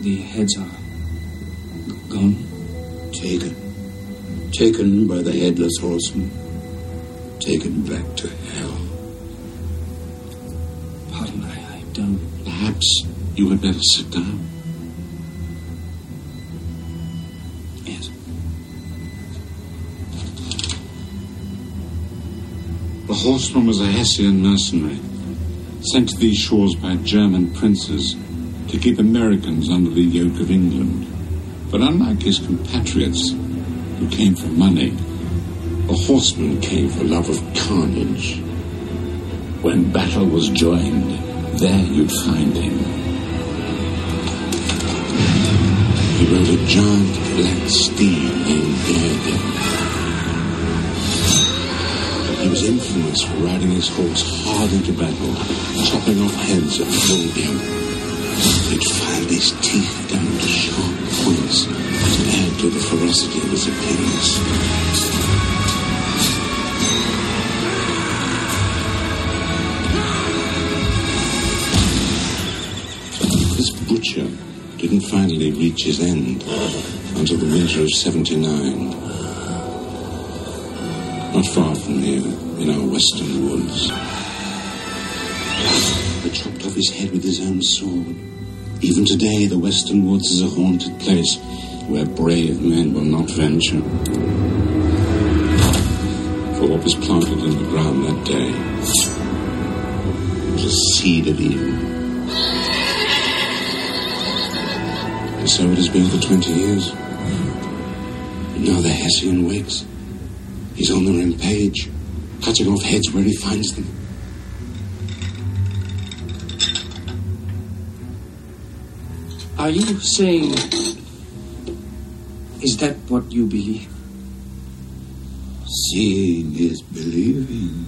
The heads are gone. Taken. Taken by the headless horseman. Taken back to hell. Pardon, I, I don't. Perhaps you had better sit down. Yes. The horseman was a Hessian mercenary, sent to these shores by German princes to keep Americans under the yoke of England. But unlike his compatriots, who came for money, the horseman came for love of carnage. When battle was joined, there you'd find him. He rode a giant black steed named Daredevil. He was infamous for riding his horse hard into battle, chopping off heads at full gallop. It filed his teeth down to sharp points to add to the ferocity of his appearance. This butcher didn't finally reach his end until the winter of 79. Not far from here, in our western woods. They chopped off his head with his own sword. Even today, the western woods is a haunted place where brave men will not venture. For what was planted in the ground that day was a seed of evil. And so it has been for 20 years. And now the Hessian wakes. He's on the rampage, cutting off heads where he finds them. Are you saying. Is that what you believe? Seeing is believing.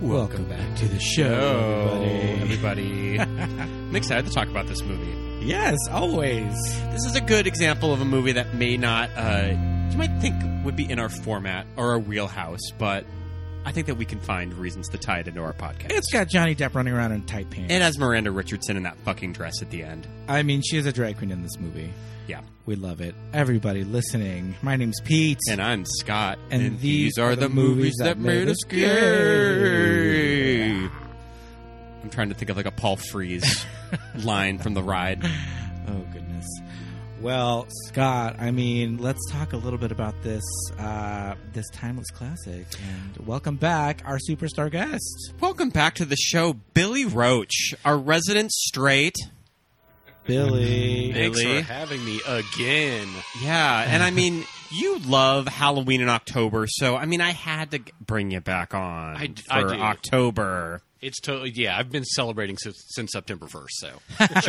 Welcome back to the show, everybody. everybody. I'm excited to talk about this movie. Yes, always. This is a good example of a movie that may not, uh, you might think would be in our format or our wheelhouse, but I think that we can find reasons to tie it into our podcast. It's got Johnny Depp running around in tight pants. it has Miranda Richardson in that fucking dress at the end. uh, I mean, she is a drag queen in this movie. Yeah. We love it. Everybody listening, my name's Pete. And I'm Scott, And these are the movies that made us gay. I'm trying to think of like a Paul Frees line from the ride. oh, goodness. Well, Scott, I mean, let's talk a little bit about this uh, this timeless classic. And welcome back, our superstar guest, Welcome back to the show, Billy Roach, our resident straight. Billy. Thanks for having me again. Yeah, and I mean, you love Halloween in October, so I mean, I had to g- bring you back on I d- for I do. October. It's totally yeah. I've been celebrating since, since September first, so it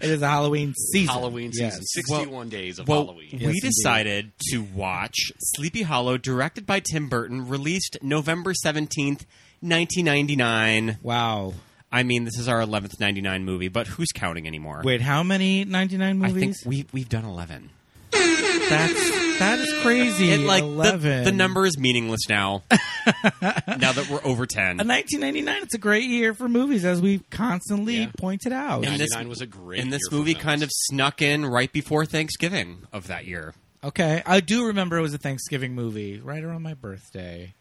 is a Halloween season. Halloween Yes. season, sixty-one days of Well, Halloween. we indeed. decided to watch Sleepy Hollow, directed by Tim Burton, released November seventeenth, nineteen ninety nine. Wow. I mean, this is our eleventh ninety nine movie, but who's counting anymore? Wait, how many 99 I movies? think we we've done eleven. That's that is crazy. It like the, 11. the number is meaningless now. now that we're over ten, Uh, 1999. It's a great year for movies, as we've constantly pointed out. And this- Ninety-nine was a great. and this year for movie films. kind of snuck in right before Thanksgiving of that year. okay, I do remember it was a Thanksgiving movie, right around my birthday.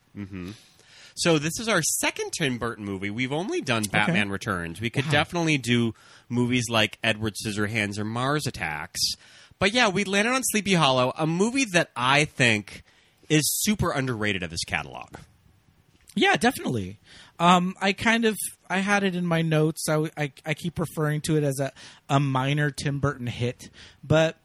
So this is our second Tim Burton movie. We've only done Batman Returns. We could definitely do movies like Edward Scissorhands or Mars Attacks. But yeah, we landed on Sleepy Hollow, a movie that I think is super underrated of his catalog. Yeah, definitely. Um, I kind of I had it in my notes. I, w- I- I keep referring to it as a a minor Tim Burton hit, but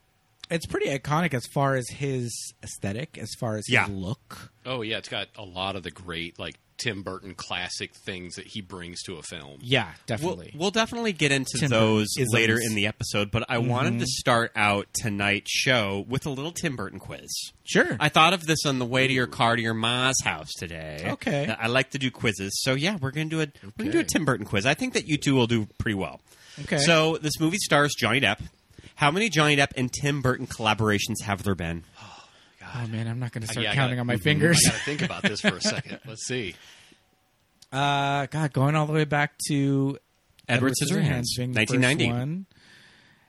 it's pretty iconic as far as his aesthetic, as far as Yeah. his look. Oh yeah, it's got a lot of the great like Tim Burton classic things that he brings to a film. Yeah, We'll, definitely. we'll definitely get into Tim those Burton-isms. later in the episode, but I Mm-hmm. wanted to start out tonight's show with a little Tim Burton quiz. sure. I thought of this on the way to your car to your ma's house today. Uh, Okay. I like to do quizzes, so yeah, we're gonna do a we're gonna do a Okay. Tim Burton quiz. I think that you two will do pretty well. Okay. So this movie stars Johnny Depp. How many Johnny Depp and Tim Burton collaborations have there been? God. Oh man, I'm not going to start Yeah, I counting gotta- Mm-hmm. on my fingers. I gotta think about this for a second. Let's see. Uh, God, going all the way back to Edward Scissorhands, being the first 1990. one.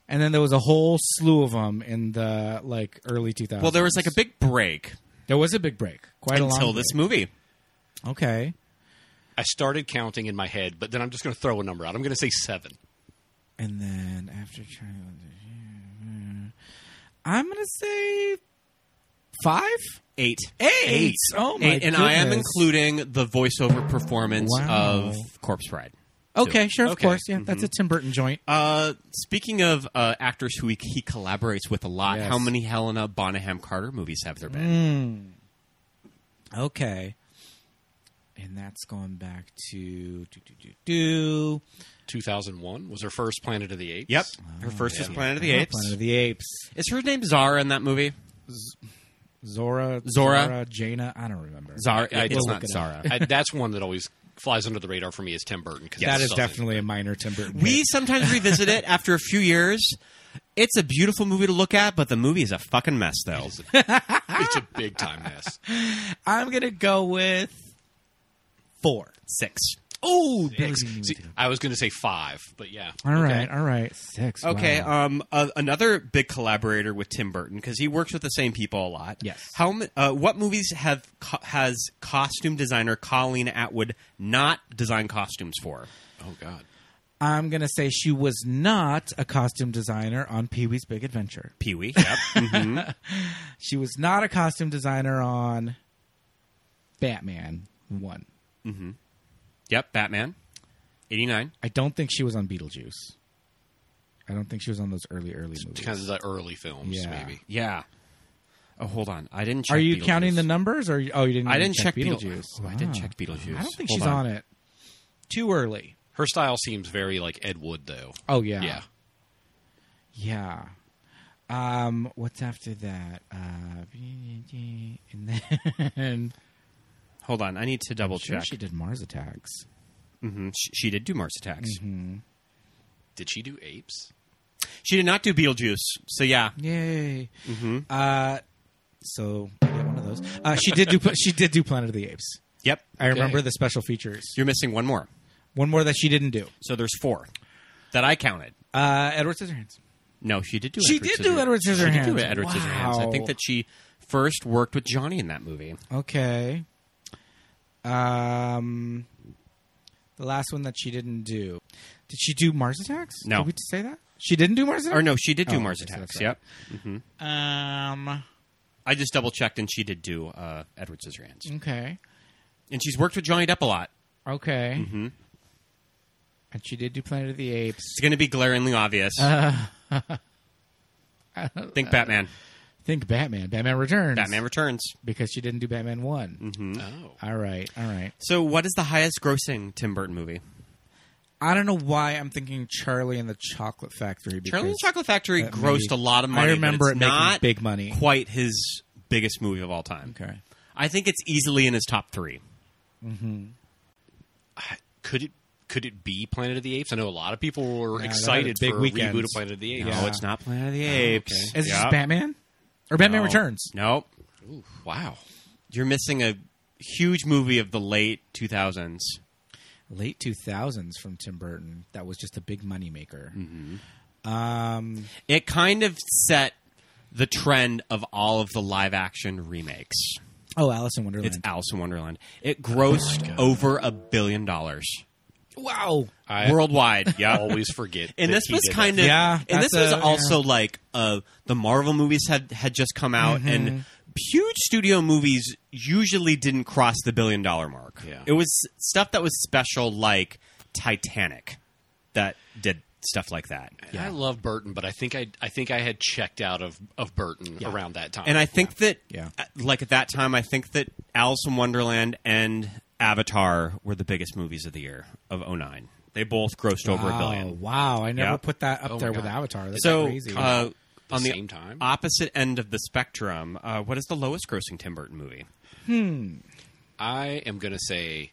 And then there was a whole slew of them in the like early 2000s. Well, there was like a big break there was a big break, quite a until long this break. movie. Okay, I started counting in my head, but then I'm just going to throw a number out. I'm going to say seven. and then after China, I'm gonna say five, Eight. eight. Oh my! Eight, and I am goodness. including the voiceover performance Wow. of Corpse Bride. Okay, sure, of Okay. course, yeah, Mm-hmm. that's a Tim Burton joint. Uh, speaking of uh, actors who he, he collaborates with a lot, Yes. Mm. how many Helena Bonham Carter movies have there been? Okay, and that's going back to do do do do. 2001 was her first Planet of the Apes. Yep, her first was Planet of the Apes. Planet of the Apes. Is her name Zara in that movie? Zora, Zora. Jaina. I don't remember. Zara. I- I it's don't not look it Zara. I, that's one that always flies under the radar for me is Tim Burton. 'cause that it's is something. definitely a minor Tim Burton. We hit. sometimes revisit it after a few years. It's a beautiful movie to look at, but the movie is a fucking mess, though. It's a big time mess. I'm gonna go with four. Six. Oh, Burton. See, I was going to say five, but yeah. All right, all right, six. Okay. wow. Um. Uh, another big collaborator with Tim Burton because he works with the same people a lot. Yes. How? ma- Uh, what movies have co- has costume designer Colleen Atwood not designed costumes for? Oh God. I'm gonna say she was not a costume designer on Pee Wee's Big Adventure. Pee Wee. Yep. Mhm. She was not a costume designer on Batman One. Yep. Batman. Eighty nine. I don't think she was on Beetlejuice. I don't think she was on those early early movies. Kind of the early films, Yeah. maybe. Yeah. Oh, hold on. I didn't. check Are you Beetlejuice. counting the numbers? Or oh, you didn't. I even didn't check Beetle- Beetlejuice. Oh, I didn't Ah. check Beetlejuice. I don't think Hold she's on. it. Too early. Her style seems very like Ed Wood, though. Oh yeah. Yeah. Yeah. Um, what's after that? Uh, and then Hold on. I need to double sure check. she did Mars Attacks. Mhm. Sh- She did do Mars Attacks. Mm-hmm. Did she do apes? She did not do Beetlejuice. So yeah, Yay! Uh, so I get one of those. Uh, she did do. she did do Planet of the Apes. yep. I remember the special features. You're missing one more. One more that she didn't do. So there's four that I counted. Uh, Edward Scissorhands. No, she did do. She Edward did do Edward She did do Scissorhands. Edward Wow. Scissorhands. I think that she first worked with Johnny in that movie. Okay. Um, the last one that she didn't do. Did she do Mars Attacks? No. Did we say that? She didn't do Mars Attacks. Or no, she did do Oh, Mars okay, so Attacks. that's right. Yep. Um. I just double checked, and she did do uh, Edward Scissorhands. Okay. And she's worked with Johnny Depp a lot. Okay. Mm-hmm. And she did do Planet of the Apes. It's going to be glaringly obvious. Think Batman. Think Batman. Batman Returns. Batman Mm-hmm. Returns. because she didn't do Batman One. Oh. All right. All right. So, what is the highest grossing Tim Burton movie? I don't know why I'm thinking Charlie and the Chocolate Factory. Because Charlie and the Chocolate Factory that grossed movie- a lot of I money. but remember it's it making not big money. Quite his biggest movie of all time. Okay. I think it's easily in his top three. Could it? Could it be Planet of the Apes? I know a lot of people were Yeah, that had a excited big for weekend. a reboot of Planet of the Apes. Yeah. No, Oh, it's not Planet of Oh, the Apes. Is it Yeah. just Batman or Batman No. Returns? No, Wow. you're missing a huge movie of the late 2000s. Late 2000s from Tim Burton. That was just a big moneymaker. Mm-hmm. It kind of set the trend of all of the live action remakes. Oh, Alice in Wonderland. It's Alice in Wonderland. It grossed over a billion dollars wow. I worldwide. Yeah. always forget. And that this he was did kind that. of, Yeah, and this that's was a- also like uh, the Marvel movies had had just come out, and Mm-hmm. huge studio movies usually didn't cross the billion dollar mark. Yeah. It was stuff that was special, like Titanic, that did stuff like that. I love Burton, but I think I I think I had checked out of of Burton around that time. And I think that, Yeah. uh, like at that time, I think that Alice in Wonderland and Avatar were the biggest movies of the year of 09. They both grossed over a Wow. billion. Wow. I never Yeah. put that up my there with God. Avatar. That's so, crazy. uh, the on the same time. opposite end of the spectrum, uh, what is the lowest grossing Tim Burton movie? I am going to say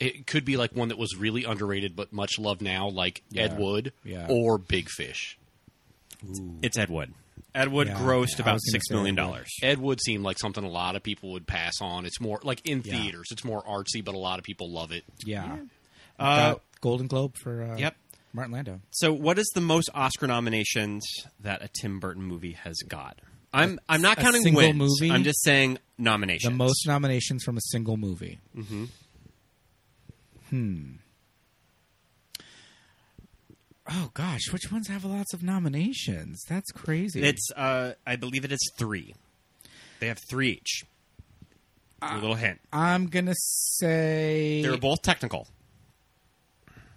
it could be like one that was really underrated but much loved now, like Ed Wood Yeah. or Big Fish. It's Ed Wood. Ed Wood Yeah, grossed I about was gonna six say million Ed Wood. dollars. Ed Wood seemed like something a lot of people would pass on. It's more like in Yeah. Mm-hmm. theaters. It's more artsy, but a lot of people love it. Yeah. Uh, Got Golden Globe for uh, Yep. Martin Lando. So, what is the most Oscar nominations that a Tim Burton movie has got? I'm I'm not a counting single wins. movie? I'm just saying The nominations. most nominations from a single movie. Hmm. Mm-hmm. Hmm. Oh gosh, which ones have lots of nominations? That's crazy. It's uh, I believe it is three. They have three each. Uh, Your little hint. I'm gonna say They're both technical.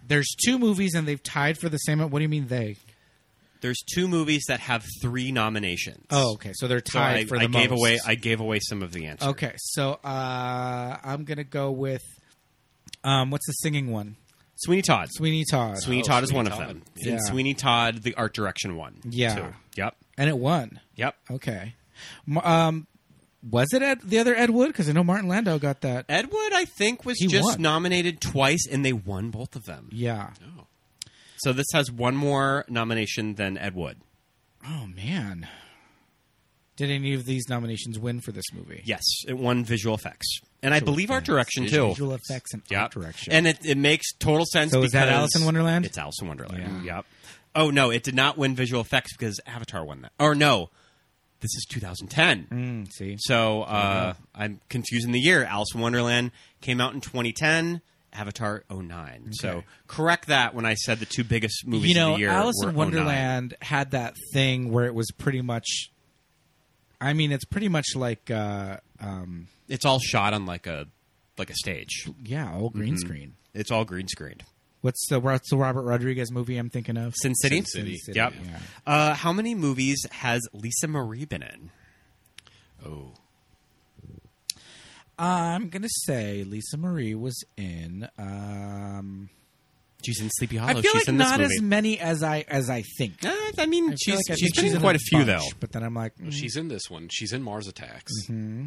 there's two movies and they've tied for the same. What do you mean they? There's two movies that have three nominations. Oh, okay, so they're tied so for I, the I gave most. away I gave away some of the answers. okay, so uh, I'm gonna go with um, what's the singing one? Sweeney Todd. Sweeney Todd. Sweeney Oh, Todd is Sweeney one Todd. of them. Yeah. And Sweeney Todd, the art direction one. Yeah. too. Yep. and it won. Yep. Okay. M- Um, was it Ed, the other Ed Wood? Because I know Martin Landau got that. Ed Wood, I think, was He just won. nominated twice, and they won both of them. Yeah. So this has one more nomination than Ed Wood. Oh man. Did any of these nominations win for this movie? Yes, it won visual effects, and I believe art direction too. Visual effects and Yep. art direction. and it, it makes total sense. So is that because Alice in Wonderland? It's Alice in Wonderland. Yep. Oh no, it did not win visual effects because Avatar won that. Or no, this is 2010. Mm, see, So uh, Mm-hmm. I'm confusing the year. Alice in Wonderland came out in 2010. Avatar 09. So correct that when I said the two biggest movies you know, of the year. Alice were in 09. Wonderland had that thing where it was pretty much. I mean, it's pretty much like uh, um, It's all shot on like a like a stage. yeah, all green Mm-hmm. screen. It's all green screened. What's the what's the Robert Rodriguez movie I'm thinking of? Sin City. Sin City. Sin City, Yep. yeah. Uh, how many movies has Lisa Marie been in? Oh, I'm gonna say Lisa Marie was in. Um, She's in Sleepy Hollow. I feel Oh, like she's in this not movie. as many as I as I think. Uh, I mean, I feel she's like I she's think been in a quite a few bunch, though. But then I'm like, mm, she's in this one. She's in Mars Attacks. Mm-hmm.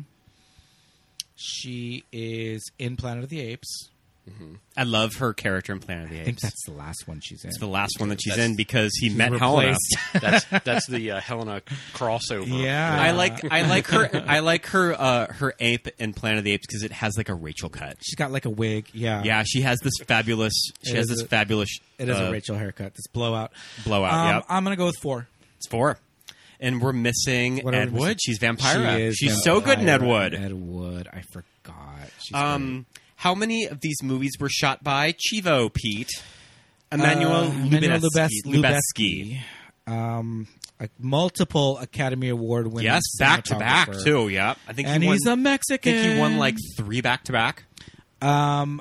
she is in Planet of the Apes. I love her character in Planet of the Apes. I think that's the last one she's in. the last one that she's That's- in because he met Helena. replaced. That's that's the uh, Helena crossover. Yeah. I like I like her I like her uh, her ape in Planet of the Apes because it has like a Rachel cut. She's got like a wig. Yeah, Yeah, she has this fabulous she It has is this a- fabulous It is uh, a Rachel haircut. This blowout. blowout. Um, yep. I'm gonna go with four. It's four. And we're missing What are Ed we missing? Wood. She's Vampira. She is She's Vampira. so good in Ed Wood. Ed Wood. I forgot. She's great. um, how many of these movies were shot by Chivo Pete? Emmanuel Uh, Emmanuel Lubezki. Lubez- Lubezki. Lubezki. Um, a- multiple Academy Award winners. Yes, back to back too. Yeah, I think And he won. he's a I Mexican. think he won like three back to back. Um,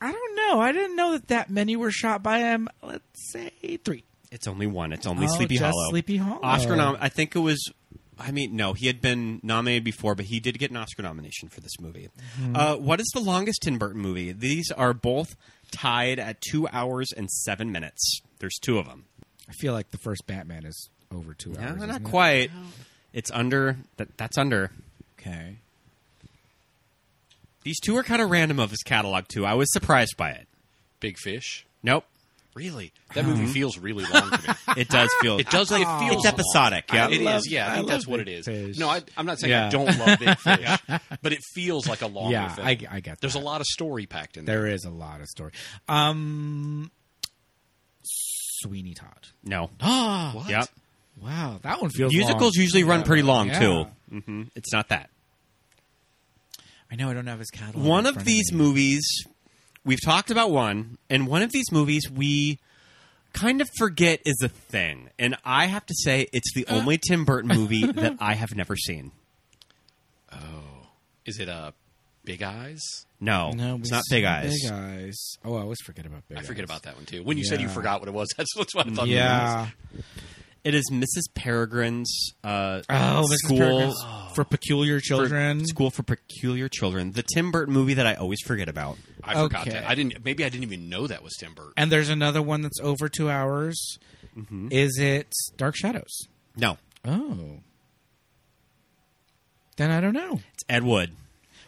I don't know. I didn't know that that many were shot by him. Let's say three. It's only one. It's only Oh, Sleepy just Hollow. Sleepy Hollow. Oscar nom. I think it was. I mean, no, he had been nominated before, but he did get an Oscar nomination for this movie. Uh, what is the longest Tim Burton movie? These are both tied at two hours and seven minutes. There's two of them. I feel like the first Batman is over two Yeah, hours. not isn't it? quite. It's under. That, that's under. Okay. These two are kind of random of his catalog too. I was surprised by it. Big Fish. Nope, Really, that movie Uh-huh. feels really long to me. it does feel. Oh. It does. Like, it feels It's episodic, long. yeah. it is. I Yeah, I, I think that's love what it Big is. Fish. No, I, I'm not saying I Yeah. don't love Big Fish, but it feels like a long. Yeah, film. I- I get There's a that. lot of story packed in there. There is a lot of story. Um, Sweeney Todd. No. Ah, Yep. Wow, that one feels Musicals long. usually run pretty long Yeah. too. hmm It's not that. I know I don't have his catalog. one in of front these me. movies we've talked about one and one of these movies we kind of forget is a thing and i have to say it's Uh. the only tim burton movie that i have never seen Is it uh, Big Eyes? no, No, it's we not saw big eyes Big Eyes. Oh, I always forget about Big I Eyes. forget about that one too. When you said you Yeah. forgot what it was, that's, that's what I thought. it was. Yeah. it is mrs peregrine's uh, Oh, Mrs. school Peregrine's for peculiar for- children. school for peculiar children the tim burton movie that i always forget about I forgot Okay. that. I didn't. Maybe I didn't even know that was Tim Burton. And there's another one that's over two hours. Is it Dark Shadows? no Oh. Then I don't know. it's ed wood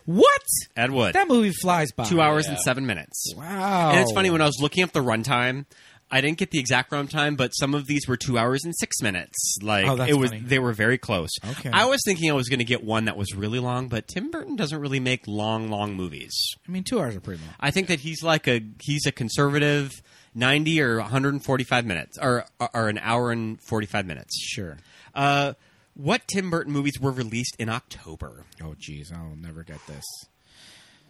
What? ed wood That movie flies by. two hours yeah. and seven minutes Wow. And it's funny when I was looking up the runtime, I didn't get the exact runtime, but some of these were two hours and six minutes. Like Oh, that's it was, funny. they were very close. Okay. I was thinking I was going to get one that was really long, but Tim Burton doesn't really make long, long movies. I mean, two hours are pretty long. I think that he's like a he's a conservative, ninety or one hundred and forty five minutes, or or an hour and forty five minutes. Sure. Uh, what Tim Burton movies were released in October? Oh, geez, I'll never get this.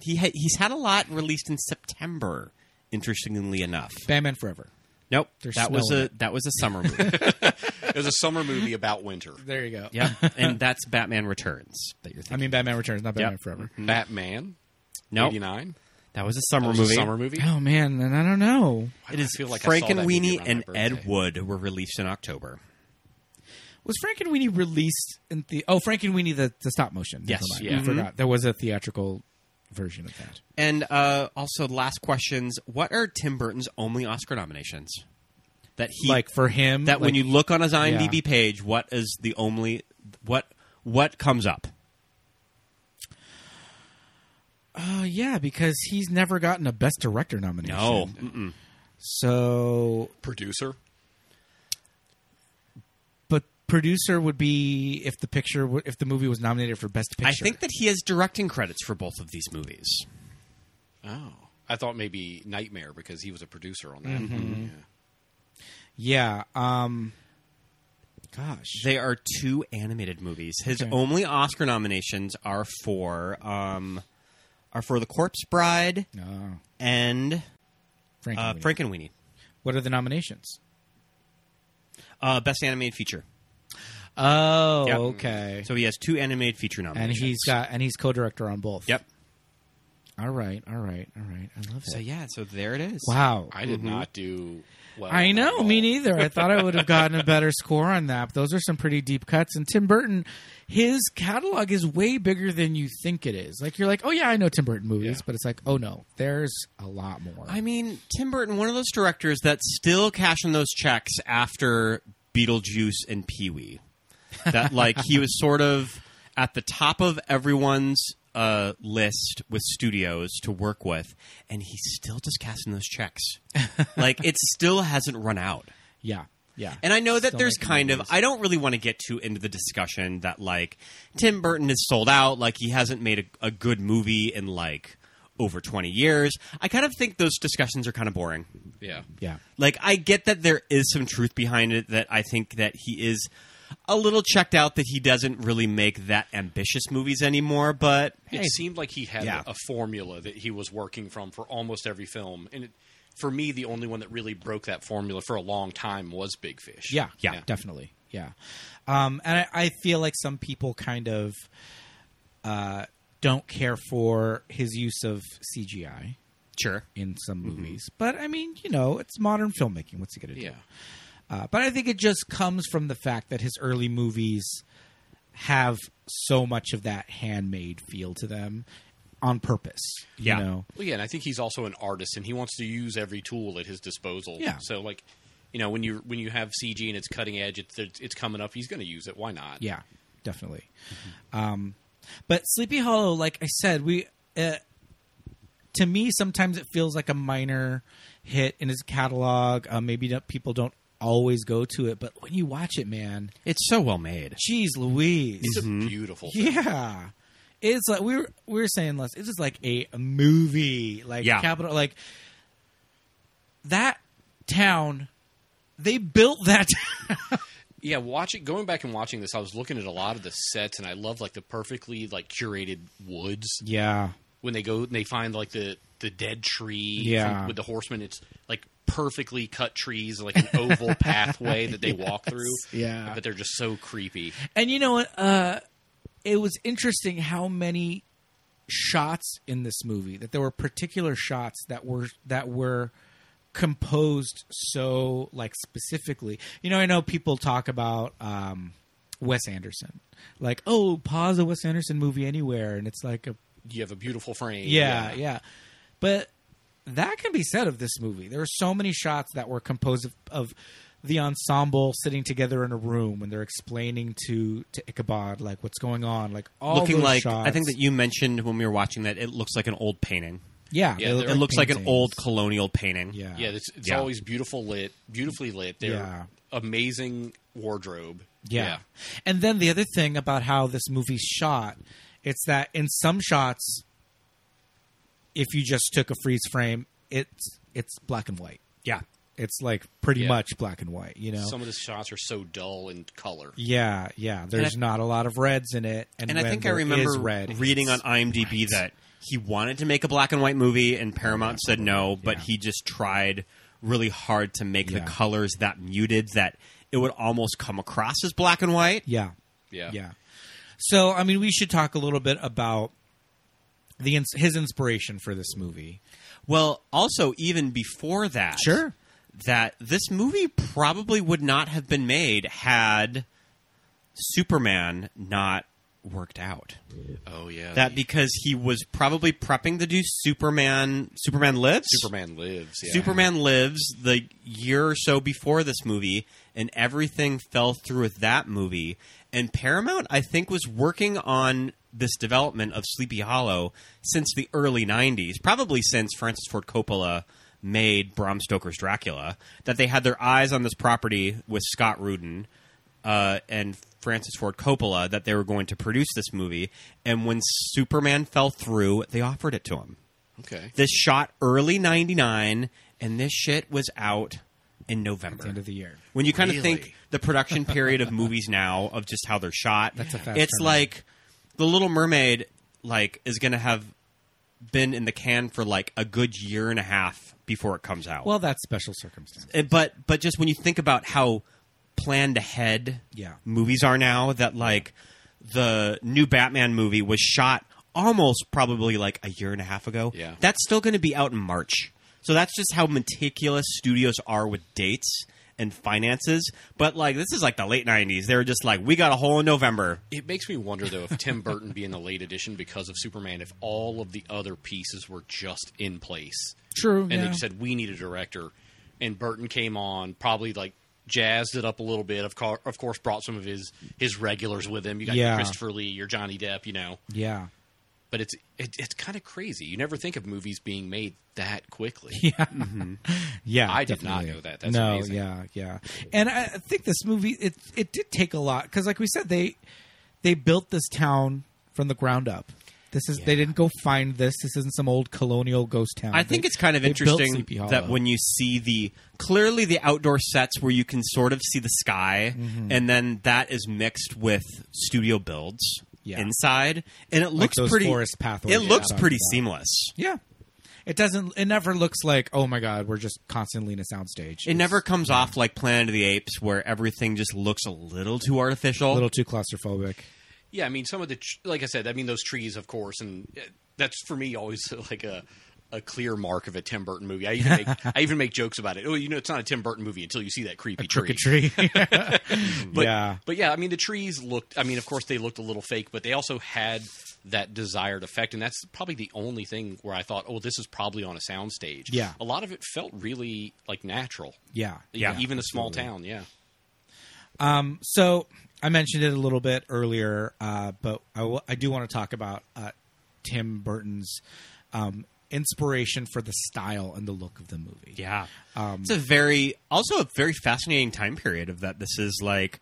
He ha- he's had a lot released in September. Interestingly enough, Batman Forever. nope. There's that snow was in a it. that was a summer movie. It was a summer movie about winter. There you go. Yep. and that's Batman Returns that you're I thinking. mean, Batman Returns, not Batman Yep. Forever. Batman, no, eighty nine. that was a summer was a movie. summer movie. Oh man, then I don't know. Why It do I is feel like I Frank saw and that movie Weenie around and my Ed birthday? Wood were released in October. Was Frank and Weenie released in the? Oh, Frank and Weenie the, the stop motion. Yes, Mm-hmm. Never mind. yeah. I forgot there was a theatrical version of that. And uh, also, last questions: What are Tim Burton's only Oscar nominations? That he like for him, that when like- you look on his IMDb page, what is the only what what comes up? oh yeah, because he's never gotten a best director nomination. No, Mm-mm. so Producer. but producer would be if the picture w- if the movie was nominated for best picture. I think that he has directing credits for both of these movies. Oh, I thought maybe Nightmare because he was a producer on that. Yeah. yeah. Um, gosh, They are two animated movies. His Okay. only Oscar nominations are for um, are for The Corpse Bride no, and Frank, uh, and Weenie. Frank and Weenie, What are the nominations? uh, Best Animated Feature. Oh, Yep. okay. So he has two animated feature and nominations, he's got and he's co-director on both. yep. All right. All right. All right. I love it. So yeah, so there it is. Wow. I did not do well. I at know, all. me neither. I thought I would have gotten a better score on that. But those are some pretty deep cuts. And Tim Burton, his catalog is way bigger than you think it is. Like you're like, oh yeah, I know Tim Burton movies, Yeah. but it's like, oh no, there's a lot more. I mean, Tim Burton, one of those directors that's still cashing those checks after Beetlejuice and Pee Wee. That, like, he was sort of at the top of everyone's uh, list with studios to work with, and he's still just casting those checks. like, it still hasn't run out. yeah, yeah. And I know that Still there's making kind of movies. I don't really want to get too into the discussion that like Tim Burton is sold out, like he hasn't made a, a good movie in like over 20 years. I kind of think those discussions are kind of boring. Yeah. yeah, Like I get that there is some truth behind it that I think that he is a little checked out that he doesn't really make that ambitious movies anymore, but It seemed like he had Yeah. a formula that he was working from for almost every film, and it, for me, the only one that really broke that formula for a long time was Big Fish. Yeah, yeah, definitely. Yeah. Um, and I, I feel like some people kind of uh, don't care for his use of CGI sure. in some movies. But I mean, you know, it's modern filmmaking. What's he going to do? Yeah. Uh, but I think it just comes from the fact that his early movies have so much of that handmade feel to them on purpose. Yeah. You know? Well, yeah, and I think he's also an artist, and he wants to use every tool at his disposal. Yeah. So, like, you know, when you when you have CG and it's cutting edge, it's it's coming up. He's going to use it. Why not? Yeah, definitely. Mm-hmm. Um, but Sleepy Hollow, like I said, we uh, to me sometimes it feels like a minor hit in his catalog. Uh, maybe not, people don't always go to it, but when you watch it, man, It's so well made. geez, Louise, It's a beautiful. Film. Mm-hmm. yeah. It's like we were we were saying less. It's just like a movie, like Yeah. capital, like that town. They built that. Yeah, watching going back and watching this, I was looking at a lot of the sets, and I love like the perfectly like curated woods yeah, when they go and they find like the the dead tree Yeah. from- with the horsemen. It's like perfectly cut trees, like an oval pathway that they walk through. yeah. but they're just so creepy. And you know what? Uh, it was interesting how many shots in this movie that there were particular shots that were that were composed so like specifically. You know, I know people talk about um, Wes Anderson, like oh, pause a Wes Anderson movie anywhere, and it's like a You have a beautiful frame. yeah, yeah. But that can be said of this movie. There are so many shots that were composed of, of the ensemble sitting together in a room when they're explaining to to Ichabod like what's going on, like all Looking those like shots. I think that you mentioned when we were watching that it looks like an old painting. Yeah, Yeah, they look they're- It looks like an paintings. old colonial painting. Yeah. Yeah, it's, it's Yeah. always beautiful lit, beautifully lit. They're Yeah. amazing wardrobe. Yeah. And then the other thing about how this movie's shot, it's that in some shots, if you just took a freeze frame, it's it's black and white. Yeah. It's like pretty Yeah. much black and white, you know. Some of the shots are so dull in color. yeah, yeah. There's And not a lot of reds in it, and, And I when think I there remember is red, reading on it's- IMDb that he wanted to make a black and white movie, and Paramount said no, but Oh, Yeah. he just tried really hard to make Yeah. the colors that muted that it would almost come across as black and white. yeah, Yeah. yeah. So I mean, we should talk a little bit about the ins- his inspiration for this movie. Well, also even before that, Sure. that this movie probably would not have been made had Superman not worked out. Oh yeah. That because he was probably prepping to do Superman. Superman lives. Superman lives. Yeah. Superman Lives the year or so before this movie, and everything fell through with that movie. And Paramount, I think, was working on this development of Sleepy Hollow since the early 90s, probably since Francis Ford Coppola made Bram Stoker's Dracula, that they had their eyes on this property with Scott Rudin uh, and Francis Ford Coppola that they were going to produce this movie. And when Superman fell through, they offered it to him Okay. this shot early 99 and this shit was out in november End of the year. when you kind of Really? think the production period of movies now of just how they're shot that's a fast it's turnaround. like the little mermaid like is gonna have been in the can for like a good year and a half before it comes out Well, that's special circumstance. Uh, but but just when you think about how planned ahead Yeah. movies are now that like the new batman movie was shot almost probably like a year and a half ago Yeah. that's still going to be out in march so that's just how meticulous studios are with dates and finances but like this is like the late 90s they were just like we got a hole in november It makes me wonder though if Tim Burton being the late edition because of Superman, if all of the other pieces were just in place, True. and they just said we need a director, and Burton came on, probably like jazzed it up a little bit. Of, car- of course, brought some of his his regulars with him. You got Yeah. your Christopher Lee, your Johnny Depp, you know. yeah. But it's it, it's kind of crazy. You never think of movies being made that quickly. Yeah, I did not definitely. know that. That's no, amazing. yeah, yeah. And I I think this movie it it did take a lot because, like we said, they they built this town from the ground up. This is they didn't go find this. This isn't some old colonial ghost town. I think They- it's kind of they built interesting Sleepy Hollow. that when you see the clearly the outdoor sets where you can sort of see the sky, Mm-hmm. and then that is mixed with studio builds Yeah. inside, and it looks those pretty forest pathways It you looks talked pretty about. seamless. yeah, it doesn't. It never looks like oh my god, we're just constantly in a soundstage. It never comes off like Planet of the Apes, where everything just looks a little too a artificial. little too claustrophobic. Yeah, I mean, some of the tr- like I said, I mean those trees, of course, and uh, that's for me always like a a clear mark of a Tim Burton movie. I even make, I even make jokes about it. Oh, you know, it's not a Tim Burton movie until you see that creepy Trick tree. or treat. But, yeah, but yeah, I mean the trees looked. I mean, of course, they looked a little fake, but they also had that desired effect, and that's probably the only thing where I thought, oh, this is probably on a soundstage. Yeah. a lot of it felt really like natural. yeah, Yeah, even a small town. Yeah, so I mentioned it a little bit earlier, uh, but I wa- I do want to talk about uh, Tim Burton's um, inspiration for the style and the look of the movie. Yeah. Um, it's a very also a very fascinating time period of that this is like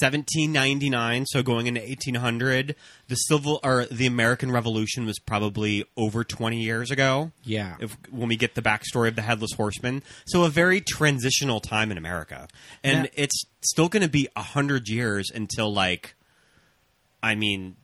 1799 so going into 1800 the civil or the American Revolution was probably over 20 years ago. Yeah. If when we get the backstory of the headless horseman. So a very transitional time in America. And Now- it's still going to be 100 years until like I mean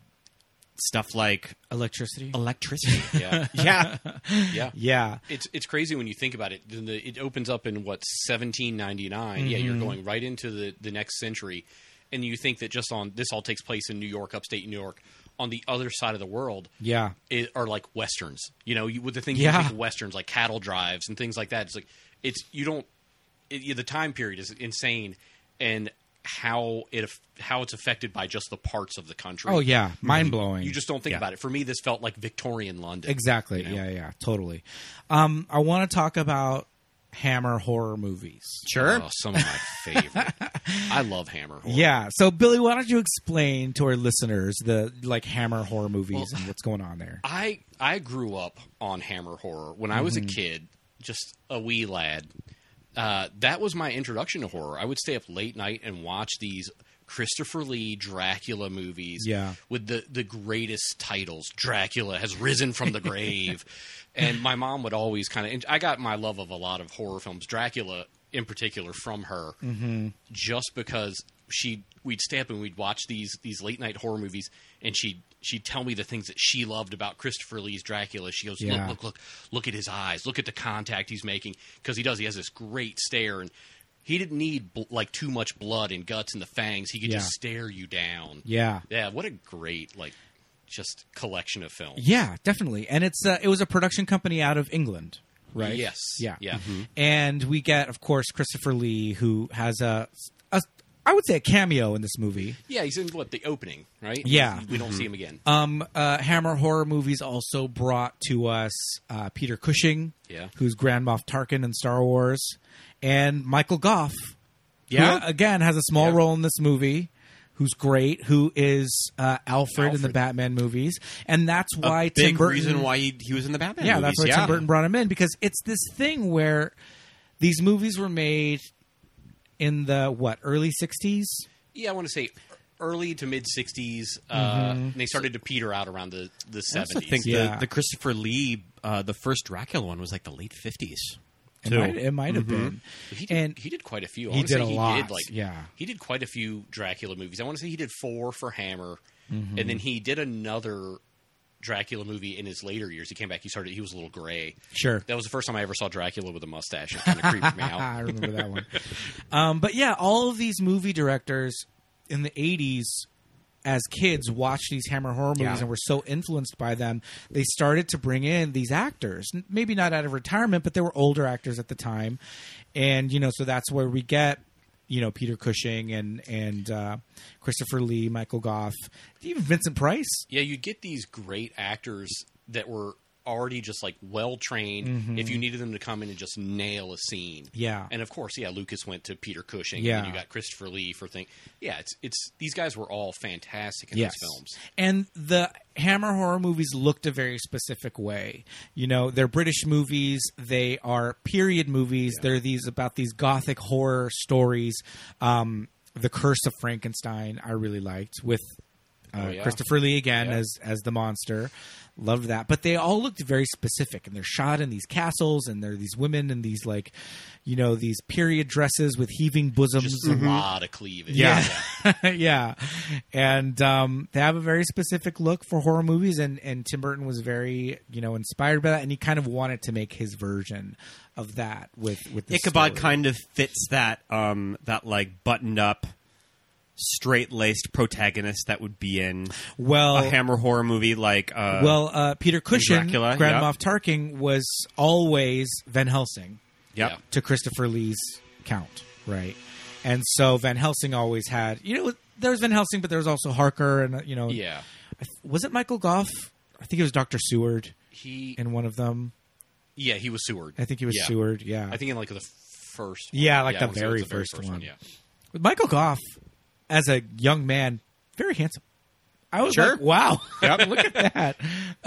stuff like Electricity. electricity. yeah, yeah. yeah. Yeah. it's it's crazy when you think about it. Then the, it opens up in what 1799. Yeah, you're Mm-hmm. going right into the the next century, and you think that just on this all takes place in New York, upstate New York, on the other side of the world. Yeah. it are like westerns. You know, you, with the things Yeah. you think of westerns like cattle drives and things like that. It's like it's you don't. It, you- the time period is insane, and how it aff- how it's affected by just the parts of the country. Oh yeah, mind blowing. You just don't think Yeah. about it. For me, this felt like Victorian London. exactly. you know? Yeah, yeah, totally. Um, I want to talk about Hammer horror movies. Sure. Oh, some of my favorite. I love Hammer. Horror. Yeah. So Billy, why don't you explain to our listeners the like Hammer horror movies and what's going on there? I I grew up on Hammer horror when I Mm-hmm. was a kid, just a wee lad. Uh, that was my introduction to horror. I would stay up late night and watch these Christopher Lee Dracula movies. Yeah. with the the greatest titles. Dracula has risen from the grave, and my mom would always kind of. I got my love of a lot of horror films. Dracula in particular from her Mm-hmm. just because she we'd stay up and we'd watch these these late night horror movies and she'd she'd tell me the things that she loved about Christopher Lee's Dracula. She goes, Yeah. Look, look, look, look at his eyes, look at the contact he's making because he does. He has this great stare and he didn't need bl- like too much blood and guts and the fangs. He could Yeah. just stare you down. Yeah. Yeah, what a great like just collection of films. Yeah, definitely. And it's uh, it was a production company out of England, right? Yes. Yeah. Yeah. And we get, of course, Christopher Lee, who has a, a I would say a cameo in this movie. Yeah, he's in what the opening, right? Yeah. we don't see him again. Um, uh, Hammer horror movies also brought to us uh, Peter Cushing, Yeah. who's Grand Moff Tarkin in Star Wars, and Michael Goff, Yeah. who, again has a small Yeah. role in this movie. Who's great? Who is uh, Alfred, in the Batman movies? And that's why Big Tim Burton. reason why he, he was in the Batman. yeah, movies. that's why yeah. Tim Burton brought him in because it's this thing where these movies were made in the what early '60s. Yeah, I want to say early to mid '60s. Uh, Mm-hmm. They started to peter out around the the I also '70s. think Yeah. the, the Christopher Lee, uh, the first Dracula one, was like the late fifties. It might, it might have Mm-hmm. been, he did, and he did quite a few. I he wanna did say a he lot, Did like, yeah. he did quite a few Dracula movies. I want to say he did four for Hammer, and Mm-hmm. then he did another Dracula movie in his later years. He came back. He started. He was a little gray. Sure. that was the first time I ever saw Dracula with a mustache. It kind of creeped me Ah, I out. remember that one. Um, but yeah, all of these movie directors in the '80s, as kids, watched these Hammer horror movies Yeah. and were so influenced by them, they started to bring in these actors. N- Maybe not out of retirement, but they were older actors at the time, and you know, so that's where we get. You know Peter Cushing and and uh, Christopher Lee, Michael Goff, even Vincent Price. Yeah, you'd get these great actors that were already just like well trained if you needed them to come in and just nail a scene. Mm-hmm. Yeah. And of course, yeah, Lucas went to Peter Cushing Yeah. and then you got Christopher Lee for thing. Yeah, it's it's these guys were all fantastic in these films. And the Hammer horror movies looked a very specific way. You know, they're British movies, they are period movies, they're these about these gothic horror stories. Um, the Curse of Frankenstein, I really liked with uh, Oh, yeah. Christopher Lee again Yeah. as as the monster. Loved that. But they all looked very specific and they're shot in these castles and there are these women in these like you know, these period dresses with heaving bosoms Just and a lot of cleavage. Mm-hmm. yeah. yeah. And um, they have a very specific look for horror movies and, and Tim Burton was very, you know, inspired by that and he kind of wanted to make his version of that with with this Ichabod story. kind of fits that um, that like buttoned up, straight laced protagonist that would be in well a Hammer horror movie like uh, well uh, Peter Cushing Dracula, Grand yep. Moff Tarkin was always Van Helsing yep. yeah. to Christopher Lee's count, right? And so Van Helsing always had, you know, there was Van Helsing, but there was also Harker and uh, you know, Yeah. I th- was it Michael Goff? I think it was Doctor Seward He in one of them. yeah, he was Seward. I think he was Yeah. Seward. Yeah, I think in like the first Yeah, like the I wanna say it very was first one. Yeah. But Michael Goff, as a young man, very handsome. I was Sure. like, wow, look at that,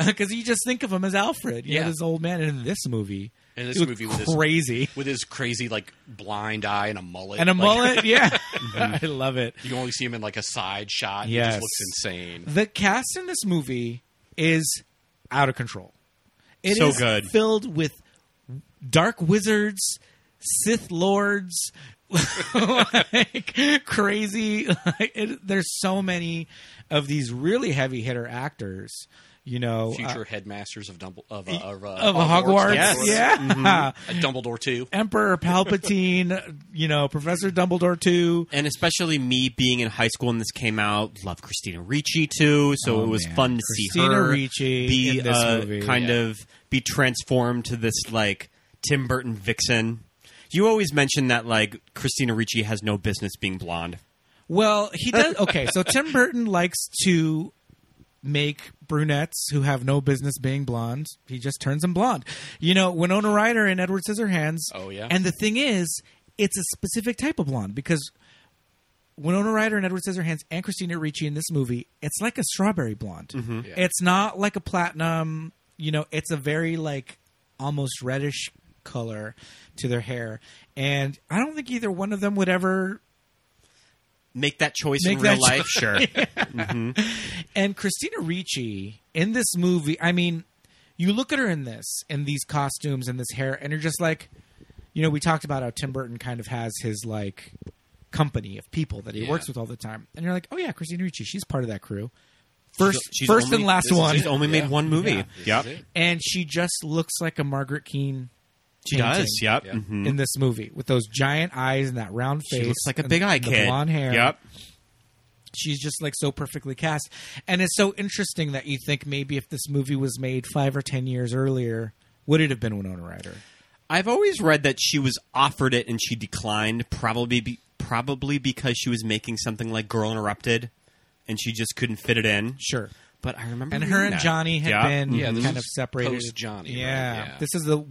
because you just think of him as Alfred, you know, Yeah. this old man. And in this movie, And this he looked movie with his- crazy With his crazy like blind eye and a mullet. and a Like, mullet, yeah, I love it. You can only see him in like a side shot. He Yes. just looks insane. The cast in this movie is out of control. It is So good. filled with dark wizards, Sith lords, like crazy. Like, it, there's so many of these really heavy hitter actors. You know, uh, future headmasters of Dumbledore of, uh, of, uh, of Hogwarts, Yes. Mm-hmm. yeah. Uh, Dumbledore too. Emperor Palpatine, you know, Professor Dumbledore too. and especially me being in high school and this came out, love Christina Ricci too. So Oh, it was man. fun to see Christina her Ricci be in this uh, movie. kind Yeah. of be transformed to this like Tim Burton vixen. You always mention that like Christina Ricci has no business being blonde. Well, he does. Okay, so Tim Burton likes to make brunettes who have no business being blonde. He just turns them blonde. You know, Winona Ryder and Edward Scissorhands. Oh, yeah. And the thing is, it's a specific type of blonde because Winona Ryder and Edward Scissorhands and Christina Ricci in this movie, it's like a strawberry blonde. Mm-hmm. Yeah. It's not like a platinum. You know, it's a very like almost reddish color to their hair, and I don't think either one of them would ever Make that choice Make in that real life, sure. And Christina Ricci in this movie, I mean, you look at her in this, in these costumes and this hair, and you're just like, you know, we talked about how Tim Burton kind of has his like company of people that he Yeah. works with all the time, and you're like, oh yeah, Christina Ricci, she's part of that crew. First, She's first only- and last this is- one, She's only made one movie. Yeah. Yep. This is it. and she just looks like a Margaret Keane. She does. painting Yep. Yeah. Mhm. In this movie, with those giant eyes and that round face, She looks like a and big eye the kid. blonde hair Yep. she's just like so perfectly cast and it's so interesting that you think maybe if this movie was made five or ten years earlier would it have been winona ryder I've always read that she was offered it and she declined, probably be, probably because she was making something like Girl Interrupted, and she just couldn't fit it in. sure But I remember and reading her and that. johnny had Yeah. been Yeah, this kind of was separated post-Johnny, right? yeah. Yeah. this is the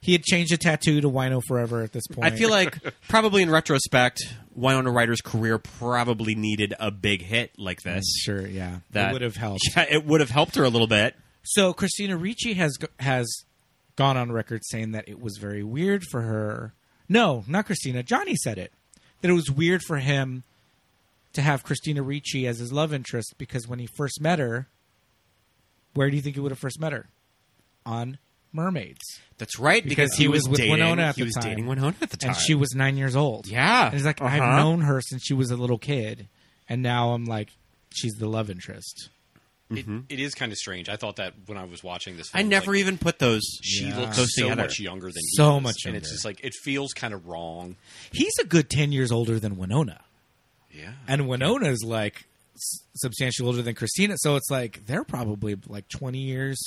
he had changed a tattoo to wino forever at this point I feel like probably in retrospect, Winona Ryder's career probably needed a big hit like this. Mm, sure yeah That that would have helped Yeah, it would have helped her a little bit. So Christina Ricci has has gone on record saying that it was very weird for her. No, not Christina. Johnny said it that it was weird for him to have Christina Ricci as his love interest because when he first met her, where do you think he would have first met her? On Mermaids, That's right, because, Because he, he was, was with dating, Winona at he the was time. dating Winona at the time, and she was nine years old. Yeah. and he's like, Uh-huh. I've known her since she was a little kid, and now I'm like, she's the love interest. It- Mm-hmm. it is kind of strange. I thought that when I was watching this. I film, never like, even put those. She Yeah. looks Those so together. much younger than he So does, much and younger. it's just like it feels kind of wrong. He's a good ten years older than Winona. Yeah, and Winona's like s- substantially older than Christina, so it's like they're probably like twenty years.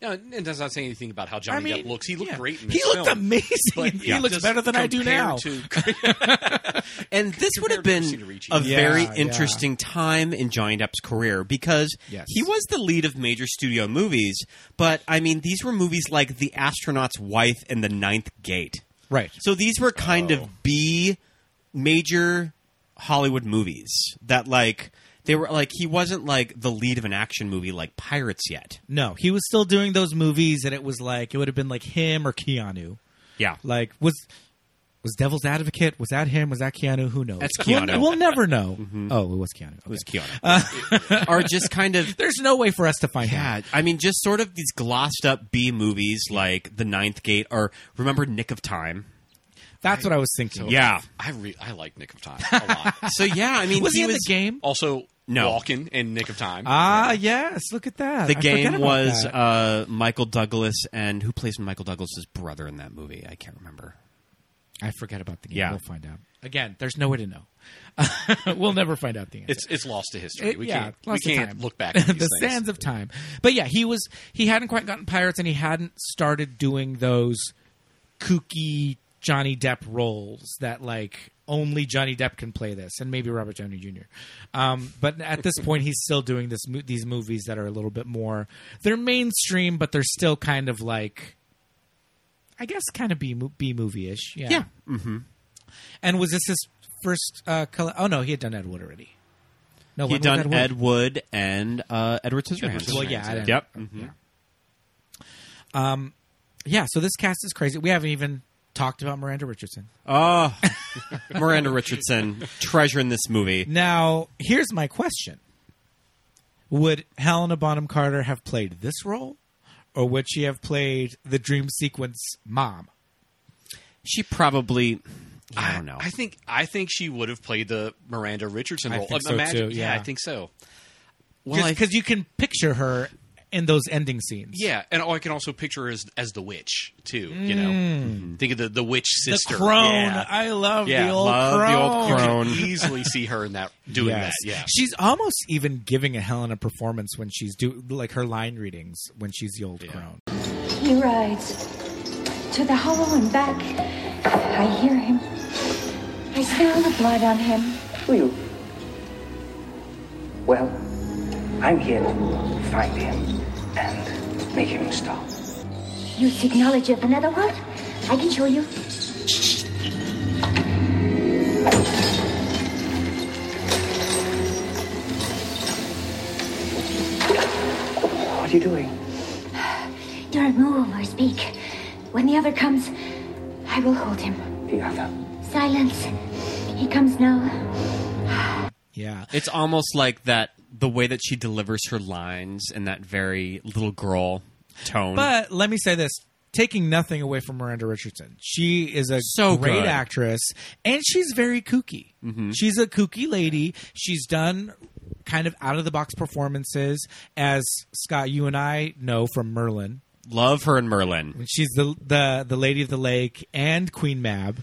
no, and that's not saying anything about how Johnny Depp looks. He looked yeah. great. in he this looked film, amazing. but he yeah, looks just better than I do compared now. to- And this would have Compared to been Christina Ricci. a Yeah, very yeah. interesting time in Johnny Depp's career because Yes. he was the lead of major studio movies. But I mean, these were movies like The Astronaut's Wife and The Ninth Gate. right. So these were kind Oh. of B major Hollywood movies that like they were like he wasn't like the lead of an action movie like Pirates yet. No, he was still doing those movies, and it was like it would have been like him or Keanu. Yeah. Like was was Devil's Advocate? Was that him? Was that Keanu? Who knows? That's We'll- Keanu. We'll, never know. Mm-hmm. Oh, it was Keanu. It was Keanu. are just kind of There's no way for us to find out. Yeah, I mean, just sort of these glossed up B movies like The Ninth Gate or remember Nick of Time. That's what I was thinking. Yeah. I re- I like Nick of Time a lot. So yeah, I mean, Was he, he in was the game? Also, No. Walken and Nick of Time. Ah, yes. Look at that. The I forget game about was that. uh, Michael Douglas and who plays Michael Douglas's brother in that movie? I can't remember. I forget about the game. Yeah. We'll find out. Again, there's no way to know. we'll never find out the answer. it's it's lost to history. It- we yeah, can't we lots of can't time. look back. the At these things. sands of time. But yeah, he was he hadn't quite gotten pirates, and he hadn't started doing those kooky Johnny Depp roles that like only Johnny Depp can play this, and maybe Robert Downey Jr. Um, but at this point, he's still doing this mo- these movies that are a little bit more they're mainstream, but they're still kind of like. I guess kind of B B movie ish, yeah. Mm-hmm. And was this his first? Uh, color? Oh no, he had done Ed Wood already. No, He when was done Ed Wood? Ed Wood and uh, Edward Scissorhands. Well, yeah, I didn't- Yep. Mhm. Yeah, so this cast is crazy. We haven't even talked about Miranda Richardson. Oh, Miranda Richardson, treasure in this movie. Now, here's my question. Would Helena Bonham Carter have played this role or would she have played the dream sequence mom? She probably. I don't know. I think I think she would have played the Miranda Richardson I role. think so, Imagine- too, I yeah. think so. Well, I- Cuz you can picture her in those ending scenes. Yeah, and oh, I can also picture her as as the witch too. You know, think of the the witch Mm. The sister, crone. Yeah. I love Yeah, the old love crone. the old You crone. can easily see her in that doing Yes. that. Yeah, She's almost even giving a Helena performance when she's do like her line readings when she's the old crone. He rides to the hollow and back. I hear him. I smell the blood on him. Will you? Well, I'm here to find him and make him stop. New technology of another world? I can show you. What are you doing? Don't move or speak. When the other comes, I will hold him. The other. Silence. He comes now. Yeah. It's almost like that the way that she delivers her lines in that very little girl tone. But let me say this. Taking nothing away from Miranda Richardson, she is a So great good. actress, and she's very kooky. Mm-hmm. She's a kooky lady. She's done kind of out of the box performances, as Scott, you and I know from Merlin. Love her and Merlin. She's the the the Lady of the Lake and Queen Mab.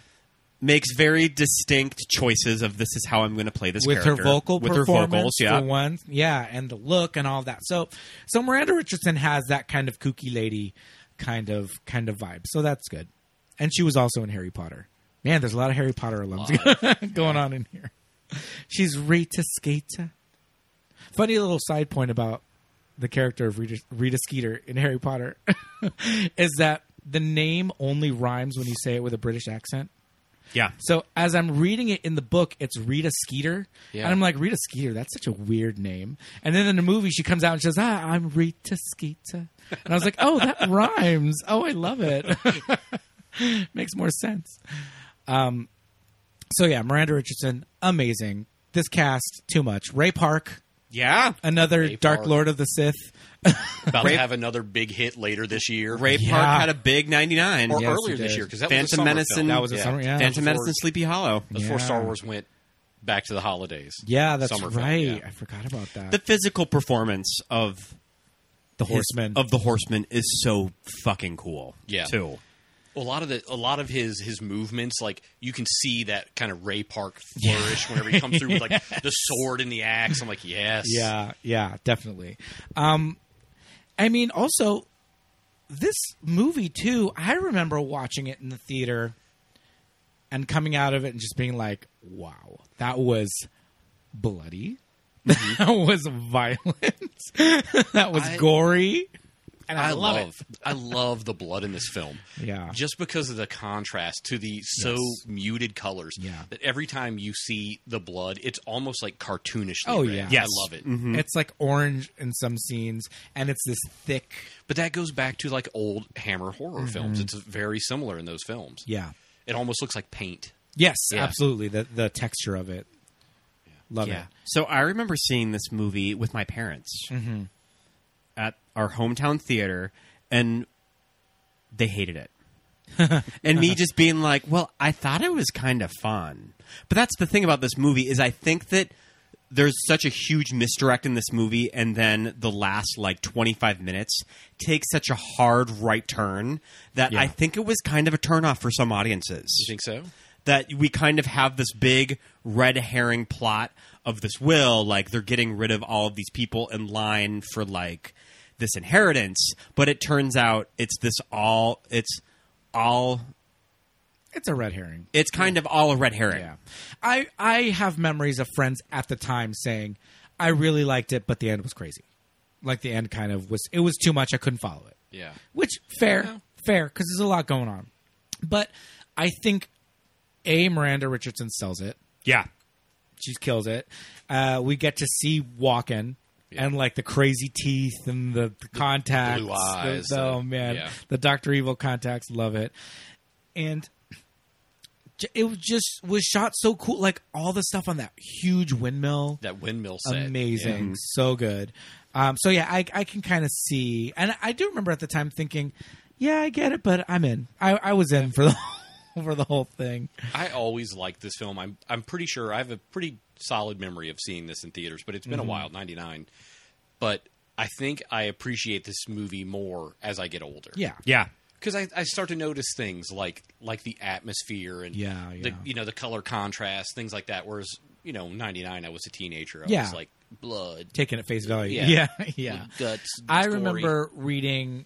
Makes very distinct choices of this is how I'm going to play this with character. her vocal with her performance vocals, yeah. for one, yeah, and the look and all that. So, so Miranda Richardson has that kind of kooky lady kind of kind of vibe. So that's good. And she was also in Harry Potter. Man, there's a lot of Harry Potter alums going on in here. She's Rita Skeeter. Funny little side point about the character of Rita, Rita Skeeter in Harry Potter is that the name only rhymes when you say it with a British accent. yeah. So as I'm reading it in the book, it's Rita Skeeter, Yeah. and I'm like, Rita Skeeter, that's such a weird name. And then in the movie, she comes out and says, "Ah, I'm Rita Skeeter," and I was like, "Oh, that rhymes. Oh, I love it. Makes more sense." Um, so yeah, Miranda Richardson, amazing. This cast, too much. Ray Park, Yeah. another Ray Dark Park. Lord of the Sith. About to have another big hit later this year. Ray Yeah. Park had a big 99. Or Yes, earlier he this did. year because that was a Phantom summer Menace film. and- That was a summer- yeah. Phantom That was Menace and before- Sleepy Hollow. That was Before Yeah. Star Wars went back to the holidays. Yeah, that's Summer film, right. yeah. I forgot about that. The physical performance of the his- Horseman. of the Horseman is so fucking cool. Yeah. Too. a lot of the a lot of his his movements like you can see that kind of ray park flourish whenever he comes through with like the sword and the axe i'm like yes Yeah, yeah, definitely. Um, I mean, also this movie too. I remember watching it in the theater and coming out of it and just being like, "Wow, that was bloody. that was violent. that was I- gory." And I, I, love, love I love the blood in this film. Yeah. Just because of the contrast to the so Yes. muted colors Yeah. that every time you see the blood, it's almost like cartoonish. Oh, red. yeah. I Yes. love it. it. It's like orange in some scenes, and it's this thick. But that goes back to like old Hammer horror films. It's very similar in those films. Mm-hmm. Yeah. It almost looks like paint. Yes, Yeah. absolutely. The the texture of it. Love it. So I remember seeing this movie with my parents Mm-hmm. at our hometown theater, and they hated it. and me just being like, "Well, I thought it was kind of fun." But that's the thing about this movie is I think that there's such a huge misdirect in this movie and then the last like 25 minutes takes such a hard right turn that I think it was kind of a turnoff for some audiences You think so? that we kind of have this big red herring plot of this will like they're getting rid of all of these people in line for like this inheritance but it turns out it's this all it's all It's a red herring. it's kind of all a red herring Yeah. I I have memories of friends at the time saying, I really liked it, but the end was crazy. Like the end kind of was it was too much, I couldn't follow it. Yeah. Which fair, fair, because there's a lot going on. But I think A Miranda Richardson sells it. yeah She kills it. Uh, we get to see Walken and like the crazy teeth and the, the contacts. blue eyes, the- oh the- man, yeah. the Doctor Evil contacts. Love it. And j- it was just was shot so cool. Like all the stuff on that huge windmill. That windmill set. Amazing, so good. Um, so yeah, I, I can kind of see, and I do remember at the time thinking, yeah, I get it, but I'm in. I, I was in for the for the whole thing. I always liked this film. I'm I'm pretty sure I have a pretty solid memory of seeing this in theaters, but it's been Mm-hmm. a while, 99. But I think I appreciate this movie more as I get older. Yeah, yeah Cuz I, I start to notice things like like the atmosphere and Yeah, the yeah. you know the color contrast, things like that whereas, you know, 99 I was a teenager. I Yeah. was like blood, taken at face value. Yeah. yeah. yeah. guts. I gory. remember reading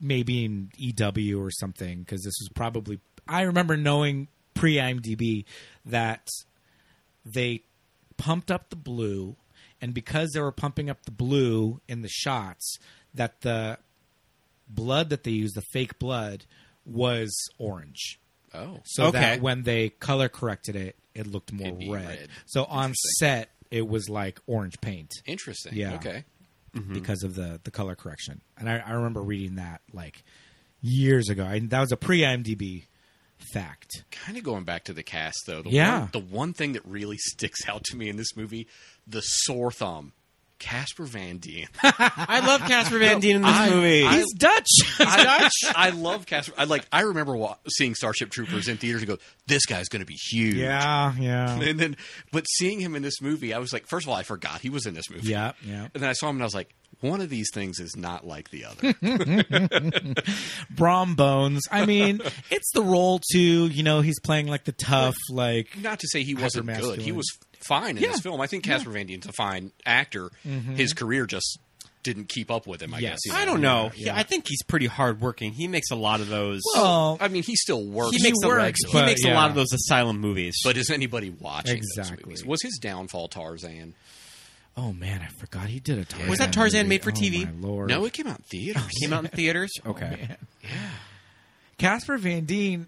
maybe in EW or something because this was probably I remember knowing pre IMDb that they pumped up the blue and because they were pumping up the blue in the shots, that the blood that they used, the fake blood, was orange. Oh, So Okay. that when they color corrected it, it looked more It'd red. be red. So on set, it was like orange paint interesting. Yeah. Okay. Hmm. because of the the color correction. And I, I remember reading that like years ago. I, that was a pre IMDb fact. Kind of going back to the cast though. The Yeah. One, the one thing that really sticks out to me in this movie, the sore thumb, Casper Van Dien. I love Casper Van Dien in this movie. He's Dutch. I, I love Casper. I like. I remember wa- seeing Starship Troopers in theaters and go, "This guy's going to be huge." yeah, yeah, And then, but seeing him in this movie, I was like, first of all, I forgot he was in this movie. yeah, yeah. And then I saw him and I was like, one of these things is not like the other. Brom Bones. I mean, it's the role too. You know, he's playing like the tough, like not to say he wasn't good. He Hypermasculine. was fine in Yeah. Mm-hmm. this film. I think Casper Van Dien's a fine actor. His career just didn't keep up with him. I Yes. guess. you I don't know. He- I think he's pretty hardworking. He makes a lot of those. well, I mean, he still works. he makes, a- works, he but makes a yeah. lot of those asylum movies. but is anybody watching those Exactly. movies? Was his downfall Tarzan? oh man, I forgot he did a Tarzan. Was that Tarzan movie. made for Oh, TV? my Lord, No, it came out in Oh, theaters. came out in theaters. Okay. Yeah. Casper Van Dien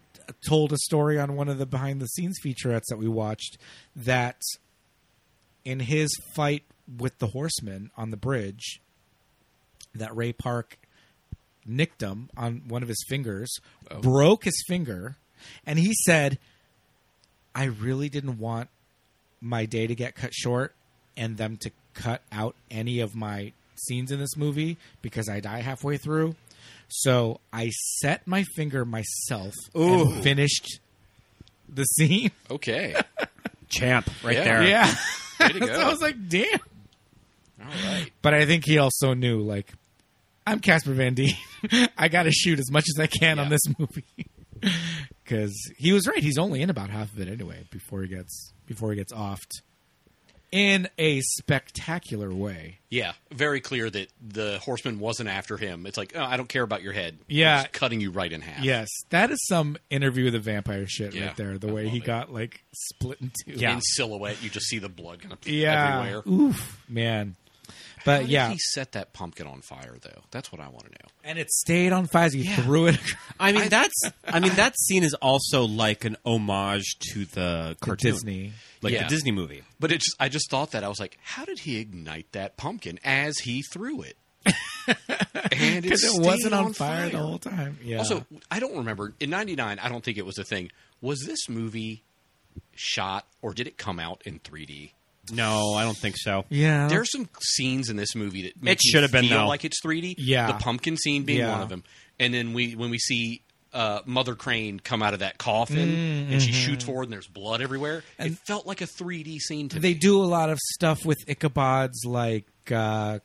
told a story on one of the behind the scenes featurettes that we watched that in his fight with the horseman on the bridge that Ray Park nicked him on one of his fingers, broke his finger, and he said, I really didn't want my day to get cut short and them to cut out any of my scenes in this movie because I die halfway through. So I set my finger myself and finished the scene. Okay. Champ, right Yeah. there. Yeah. Way to so I go. was like, damn. All right. But I think he also knew, like, I'm Casper Van Dien. I got to shoot as much as I can on Yeah. this movie. Because he was right. He's only in about half of it anyway before he gets before he gets offed in a spectacular way. Yeah, very clear that the horseman wasn't after him. It's like, oh, I don't care about your head. Yeah. He's cutting you right in half. Yes, that is some interview with the vampire shit Yeah, right there. The I way he love it. got like split in two. in silhouette, you just see the blood kind of yeah. everywhere. Oof, man. How But did yeah, he set that pumpkin on fire though. That's what I want to know. and it stayed on fire. He threw it. I mean, that's. I mean, that scene is also like an homage to the cartoon, Disney. like Yeah. the Disney movie. But it just, I just thought that I was like, how did he ignite that pumpkin as he threw it? and Because it stayed wasn't on fire, the whole time. Yeah. Also, I don't remember in '99. I don't think it was a thing. Was this movie shot or did it come out in 3D? No, I don't think so. yeah. There are some scenes in this movie that make should you have been, feel though. like it's 3D. Yeah. the pumpkin scene being Yeah. one of them, and then we when we see uh, Mother Crane come out of that coffin and she shoots forward and there's blood everywhere. it felt like a 3D scene to they me. do a lot of stuff with Ichabod's like uh,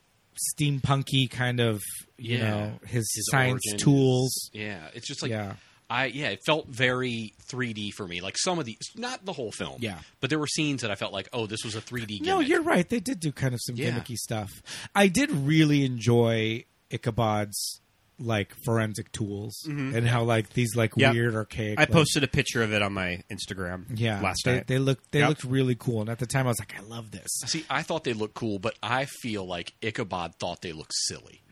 steampunky kind of, you Yeah. know, his, His science origin tools. is- yeah, it's just like Yeah. I yeah, it felt very 3D for me. Like some of these, not the whole film. Yeah. but there were scenes that I felt like, oh, this was a 3D. Gimmick. No, you're right. They did do kind of some Yeah. gimmicky stuff. I did really enjoy Ichabod's like forensic tools and how like these like Yep. weird archaic. I like- posted a picture of it on my Instagram. yeah last they, night. They looked they Yep. looked really cool, and at the time I was like, I love this. See, I thought they looked cool, but I feel like Ichabod thought they looked silly.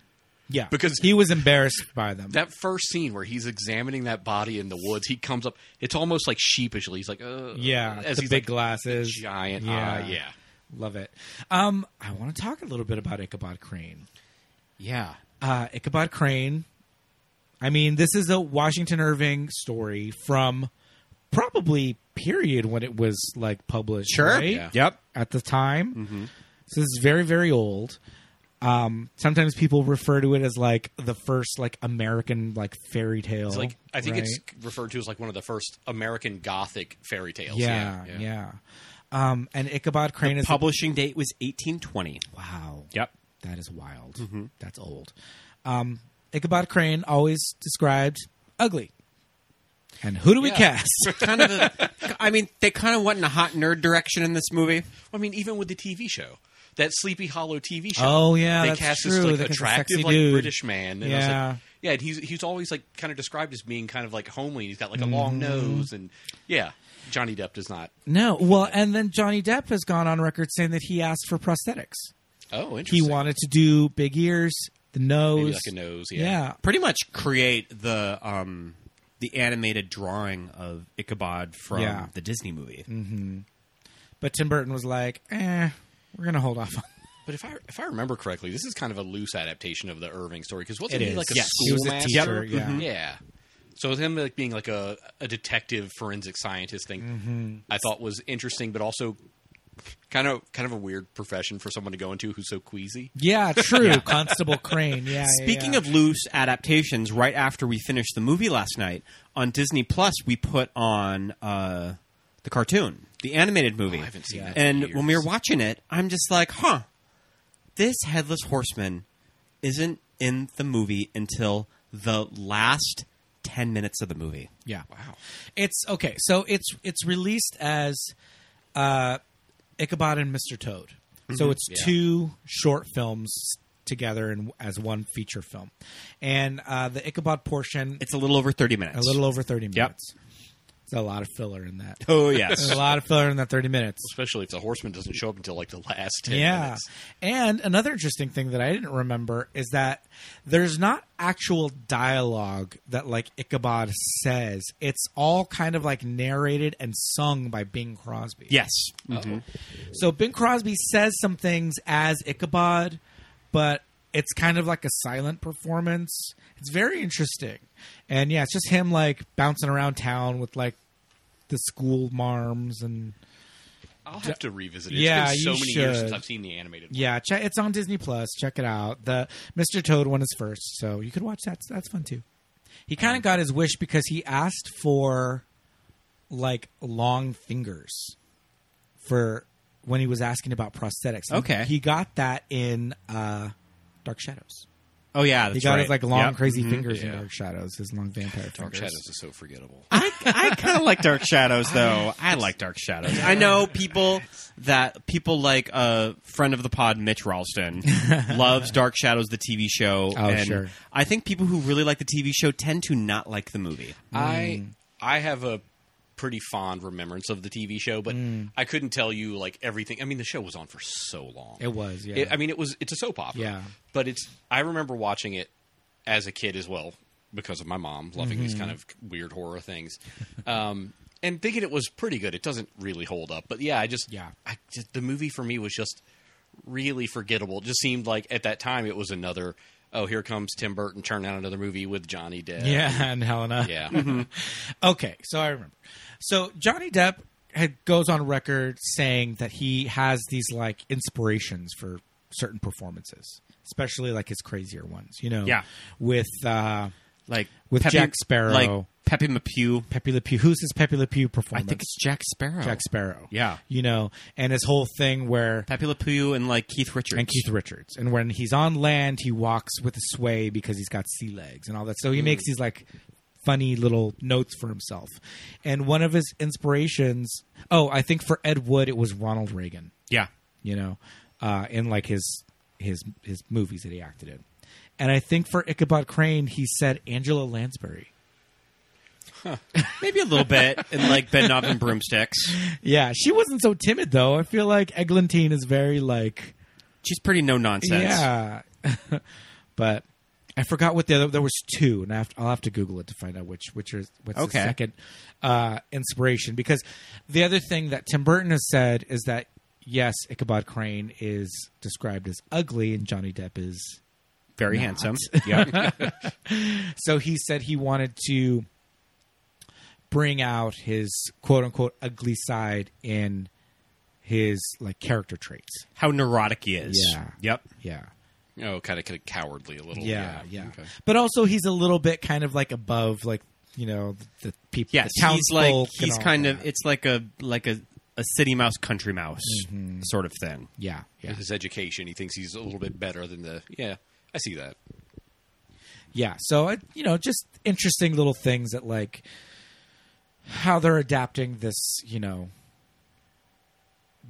Yeah, Because- he was embarrassed by them. That first scene where he's examining that body in the woods, he comes up. It's almost like sheepishly. He's like, uh, yeah, as the he's big like, glasses, giant eye, yeah. love it. Um, I want to talk a little bit about Ichabod Crane. yeah, uh, Ichabod Crane. I mean, this is a Washington Irving story from probably period when it was like published. sure. right? Yeah. Mm-hmm. Yep. At the time, so this is very very old. Um, sometimes people refer to it as like the first like American like fairy tale. It's like I think right? it's referred to as like one of the first American Gothic fairy tales. yeah yeah. Um, and Ichabod Crane is Publishing date was 1820. wow. Yep. That is wild. Mm-hmm. That's old. Um, Ichabod Crane always described ugly. And who do we Yeah. cast? kind of. A, I mean, they kind of went in a hot nerd direction in this movie. I mean, even with the TV show, that Sleepy Hollow TV show. Oh, yeah, they that's cast true. this They like cast a attractive sexy like dude. British man. And I was Yeah. like, Yeah, and he's he's always like kind of described as being kind of like homely. He's got Mm-hmm. like a long nose, and yeah, Johnny Depp does not. No, well, and then Johnny Depp has gone on record saying that he asked for prosthetics. Oh, He interesting. wanted to do big ears, the nose, Maybe like a nose. Yeah. yeah, pretty much create the um the animated drawing of Ichabod from Yeah. the Disney movie. But Tim Burton was like, "Eh, we're gonna hold off on." But if I if I remember correctly, this is kind of a loose adaptation of the Irving story because wasn't It he is. like a Yes. He was a schoolmaster? teacher, Yep. yeah. Mhm. yeah. So with him like being like a a detective forensic scientist thing, Mm-hmm. I thought was interesting, but also kind of kind of a weird profession for someone to go into who's so queasy. Yeah, true. Constable Crane. Yeah. yeah, Speaking yeah. of loose adaptations, right after we finished the movie last night on Disney Plus, we put on uh, the cartoon, the animated movie. Oh, I haven't seen that in And when we were years. watching it, I'm just like, huh, this headless horseman isn't in the movie until the last ten minutes of the movie. yeah, wow, it's okay. So it's it's released as uh, Ichabod and Mr. Toad. Mm-hmm. So it's two short films together and as one feature film, and uh, the Ichabod portion It's a little over thirty minutes. a little over thirty minutes. There's a lot of filler in that. Oh There's yes. a lot of filler in that thirty minutes. Especially if the horseman doesn't show up until like the last ten yeah. minutes. And another interesting thing that I didn't remember is that there's not actual dialogue that like Ichabod says. It's all kind of like narrated and sung by Bing Crosby. yes. So Bing Crosby says some things as Ichabod, but it's kind of like a silent performance. It's very interesting. And yeah, it's just him like bouncing around town with like the school marms and I'll have to revisit it. Yeah, it's been you so many years since should. I've seen the animated. One. Yeah, check, it's on Disney Plus. Check it out. The Mr. Toad one is first, so you could watch that. That's fun too. He Mm. kind of got his wish because he asked for like long fingers for when he was asking about prosthetics. And Okay. he got that in uh, Dark Shadows. Oh yeah. He That's got right. his like long, Yep. Mm-hmm. crazy fingers in Yeah. Dark Shadows. His long vampire Dark fingers. Shadows is so forgettable. I, I kind of like Dark Shadows though. I like Dark Shadows. I know people that people like a uh, friend of the pod, Mitch Ralston, loves Dark Shadows, the TV show. Oh, and sure. I think people who really like the TV show tend to not like the movie. I Mm. I have a pretty fond remembrance of the TV show, but Mm. I couldn't tell you like everything. I mean, the show was on for so long. It was, yeah. It- I mean, it was. It's a soap opera. Yeah. But it's. I remember watching it as a kid as well because of my mom loving these kind of Mm-hmm. weird horror things, um, and thinking it was pretty good. It doesn't really hold up, but yeah, I just Yeah. I just, the movie for me was just really forgettable. It just seemed like at that time it was another. Oh, here comes Tim Burton turning out another movie with Johnny Depp. Yeah, Mm-hmm. and Helena. Yeah. Okay, so I remember. So Johnny Depp had, goes on record saying that he has these like inspirations for certain performances, especially like his crazier ones. You know, Yeah. with uh, Like With Jack Sparrow. like Pepe Le Pew. Pepe Le Pew. Who's his Pepe Le Pew I performance? think it's Jack Sparrow. Jack Sparrow. Yeah. you know, and his whole thing where Pepe Le Pew and like Keith Richards. and Keith Richards, and when he's on land, he walks with a sway because he's got sea legs and all that. So he makes these like funny little notes for himself. And one of his inspirations, oh, I think for Ed Wood, it was Ronald Reagan. Yeah. You know, uh, in like his his his movies that he acted in. And I think for Ichabod Crane, he said Angela Lansbury. Maybe a little bit in like Bedknob and Broomsticks. Yeah, she wasn't so timid though. I feel like Eglantine is very like She's pretty no nonsense. Yeah, but I forgot what the other. There was two, and I have to, I'll have to Google it to find out which which is what's Okay. the second uh, inspiration. Because the other thing that Tim Burton has said is that yes, Ichabod Crane is described as ugly, and Johnny Depp is. Very handsome. Yeah. So he said he wanted to bring out his quote unquote ugly side in his like character traits. How neurotic he is. Yeah. Yep. Yeah. Oh, kind of, kind of cowardly a little. Yeah, yeah. Okay. But also, he's a little bit kind of like above, like you know, the, the people. Yes, the he's like townsfolk and he's all kind that. of it's like a like a, a city mouse country mouse Mm-hmm. sort of thing. yeah, yeah, With his education, he thinks he's a little bit better than the. Yeah, I see that. yeah. So uh, you know, just interesting little things that like how they're adapting this, you know,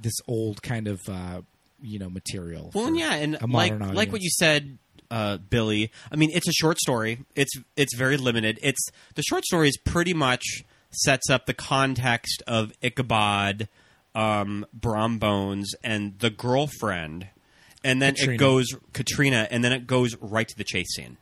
this old kind of uh, you know material. Well, for and yeah, and a like modern like what audience. you said, uh, Billy. I mean, it's a short story. It's it's very limited. It's the short story is pretty much sets up the context of Ichabod, um, Brom Bones, and the girlfriend, and then Katrina. it goes Katrina, and then it goes right to the chase scene.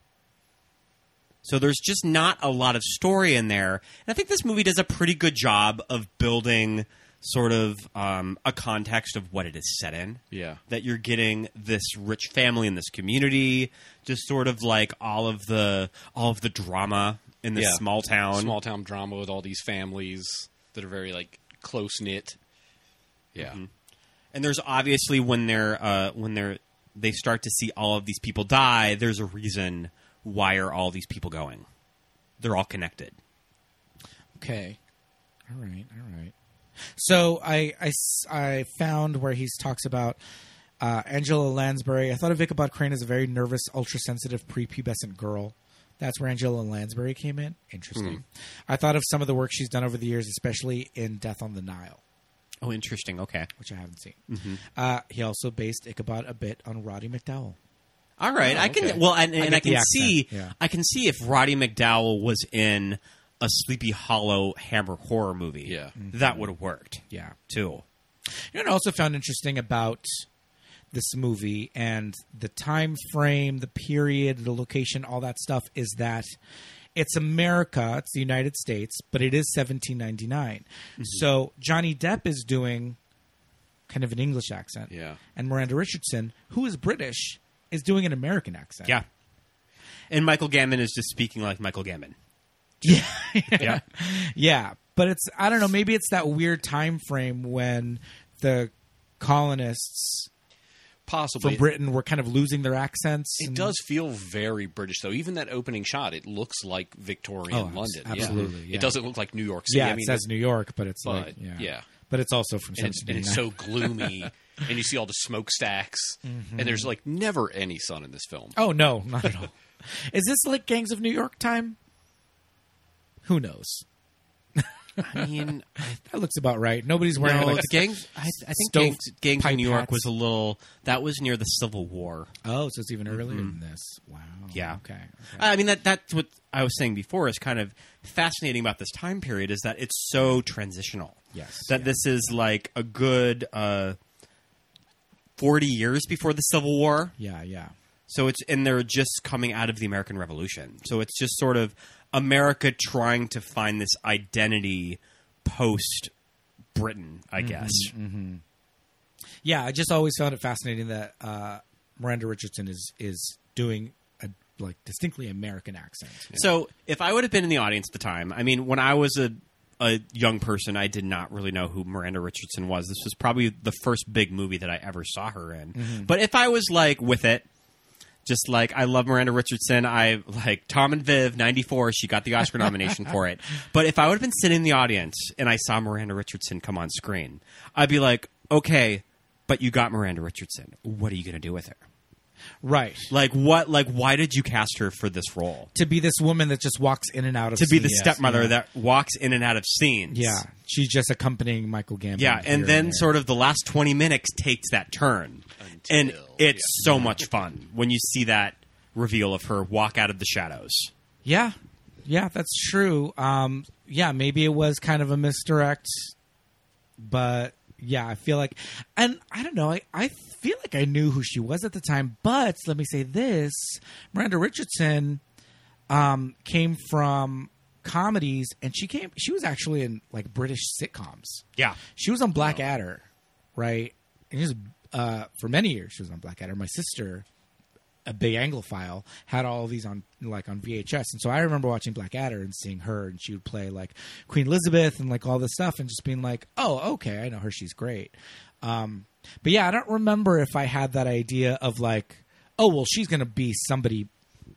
So there's just not a lot of story in there. And I think this movie does a pretty good job of building sort of um, a context of what it is set in. Yeah. That you're getting this rich family in this community, just sort of like all of the all of the drama in this Yeah. small town. small town drama with all these families that are very like close knit. Yeah, Mm-hmm. And there's obviously when they're uh, when they're they start to see all of these people die, there's a reason why are all these people going? They're all connected. Okay. All right. All right. So I, I s- I found where he talks about uh, Angela Lansbury. I thought of Ichabod Crane as a very nervous, ultra-sensitive, prepubescent girl. That's where Angela Lansbury came in. Interesting. I thought of some of the work she's done over the years, especially in Death on the Nile, Oh, interesting. Okay. which I haven't seen. Uh, he also based Ichabod a bit on Roddy McDowell. All right, I okay. can well, and, and get I, can the accent, see, yeah. I can see if Roddy McDowell was in a Sleepy Hollow Hammer horror movie, Yeah. that would have worked, Yeah. too. You know, what I also found interesting about this movie and the time frame, the period, the location, all that stuff is that it's America, it's the United States, but it is 1799. Mm-hmm. So Johnny Depp is doing kind of an English accent, Yeah. and Miranda Richardson, who is British, is doing an American accent. Yeah, and Michael Gammon is just speaking like Michael Gammon. yeah, Yeah, yeah. But it's I don't know. Maybe it's that weird time frame when the colonists possibly. from Britain were kind of losing their accents. It and- does feel very British, though. Even that opening shot, it looks like Victorian Oh, abs- London. Yeah. absolutely, yeah. It doesn't look like New York City. Yeah, I mean, it says New York, but it's but, like yeah. yeah. but it's also from and it's, and it's 1799. so gloomy, and you see all the smokestacks, and there's like never any sun in this film. Mm-hmm. Oh no, not at all. Is this like Gangs of New York time? Who knows? I mean, That looks about right. Nobody's wearing no, like the gangs. I, I think stove gangs, gangs pipe in New York hats. was a little. That was near the Civil War. oh, so it's even earlier than this. Wow. Yeah. Okay. okay. I mean that that's what I was saying before is kind of fascinating about this time period is that it's so transitional. Yes, That yeah. this is like a good uh, forty years before the Civil War. Yeah. Yeah. So it's and they're just coming out of the American Revolution. So it's just sort of America trying to find this identity post Britain, I guess. Yeah. I just always found it fascinating that uh, Miranda Richardson is is doing a like distinctly American accent. So if I would have been in the audience at the time, I mean, when I was a a young person, I did not really know who Miranda Richardson was. This was probably the first big movie that I ever saw her in. But if I was like with it, just like I love Miranda Richardson, I like Tom and Viv '94. She got the Oscar nomination for it. But if I would have been sitting in the audience and I saw Miranda Richardson come on screen, I'd be like, okay, but you got Miranda Richardson. What are you going to do with her? Right. Like what? Like why did you cast her for this role? To be this woman that just walks in and out of E to be the scenes. stepmother that walks in and out of scenes. Yeah, she's just accompanying Michael Gambon. Yeah, and then sort of the last 20 minutes takes that turn. and Until- it's so much fun when you see that reveal of her walk out of the shadows. yeah, yeah, that's true. Um, yeah, maybe it was kind of a misdirect, but yeah, I feel like, and I don't know, I, I feel like I knew who she was at the time. But let me say this: Miranda Richardson um, came from comedies, and she came, she was actually in like British sitcoms. Yeah. She was on Blackadder, right? And she was, uh, for many years, she was on Blackadder. My sister, a big Anglophile, had all these on like on VHS, and so I remember watching Blackadder and seeing her, and she would play like Queen Elizabeth and like all this stuff, and just being like, "Oh, okay, I know her. She's great." Um, but yeah, I don't remember if I had that idea of like, "Oh, well, she's going to be somebody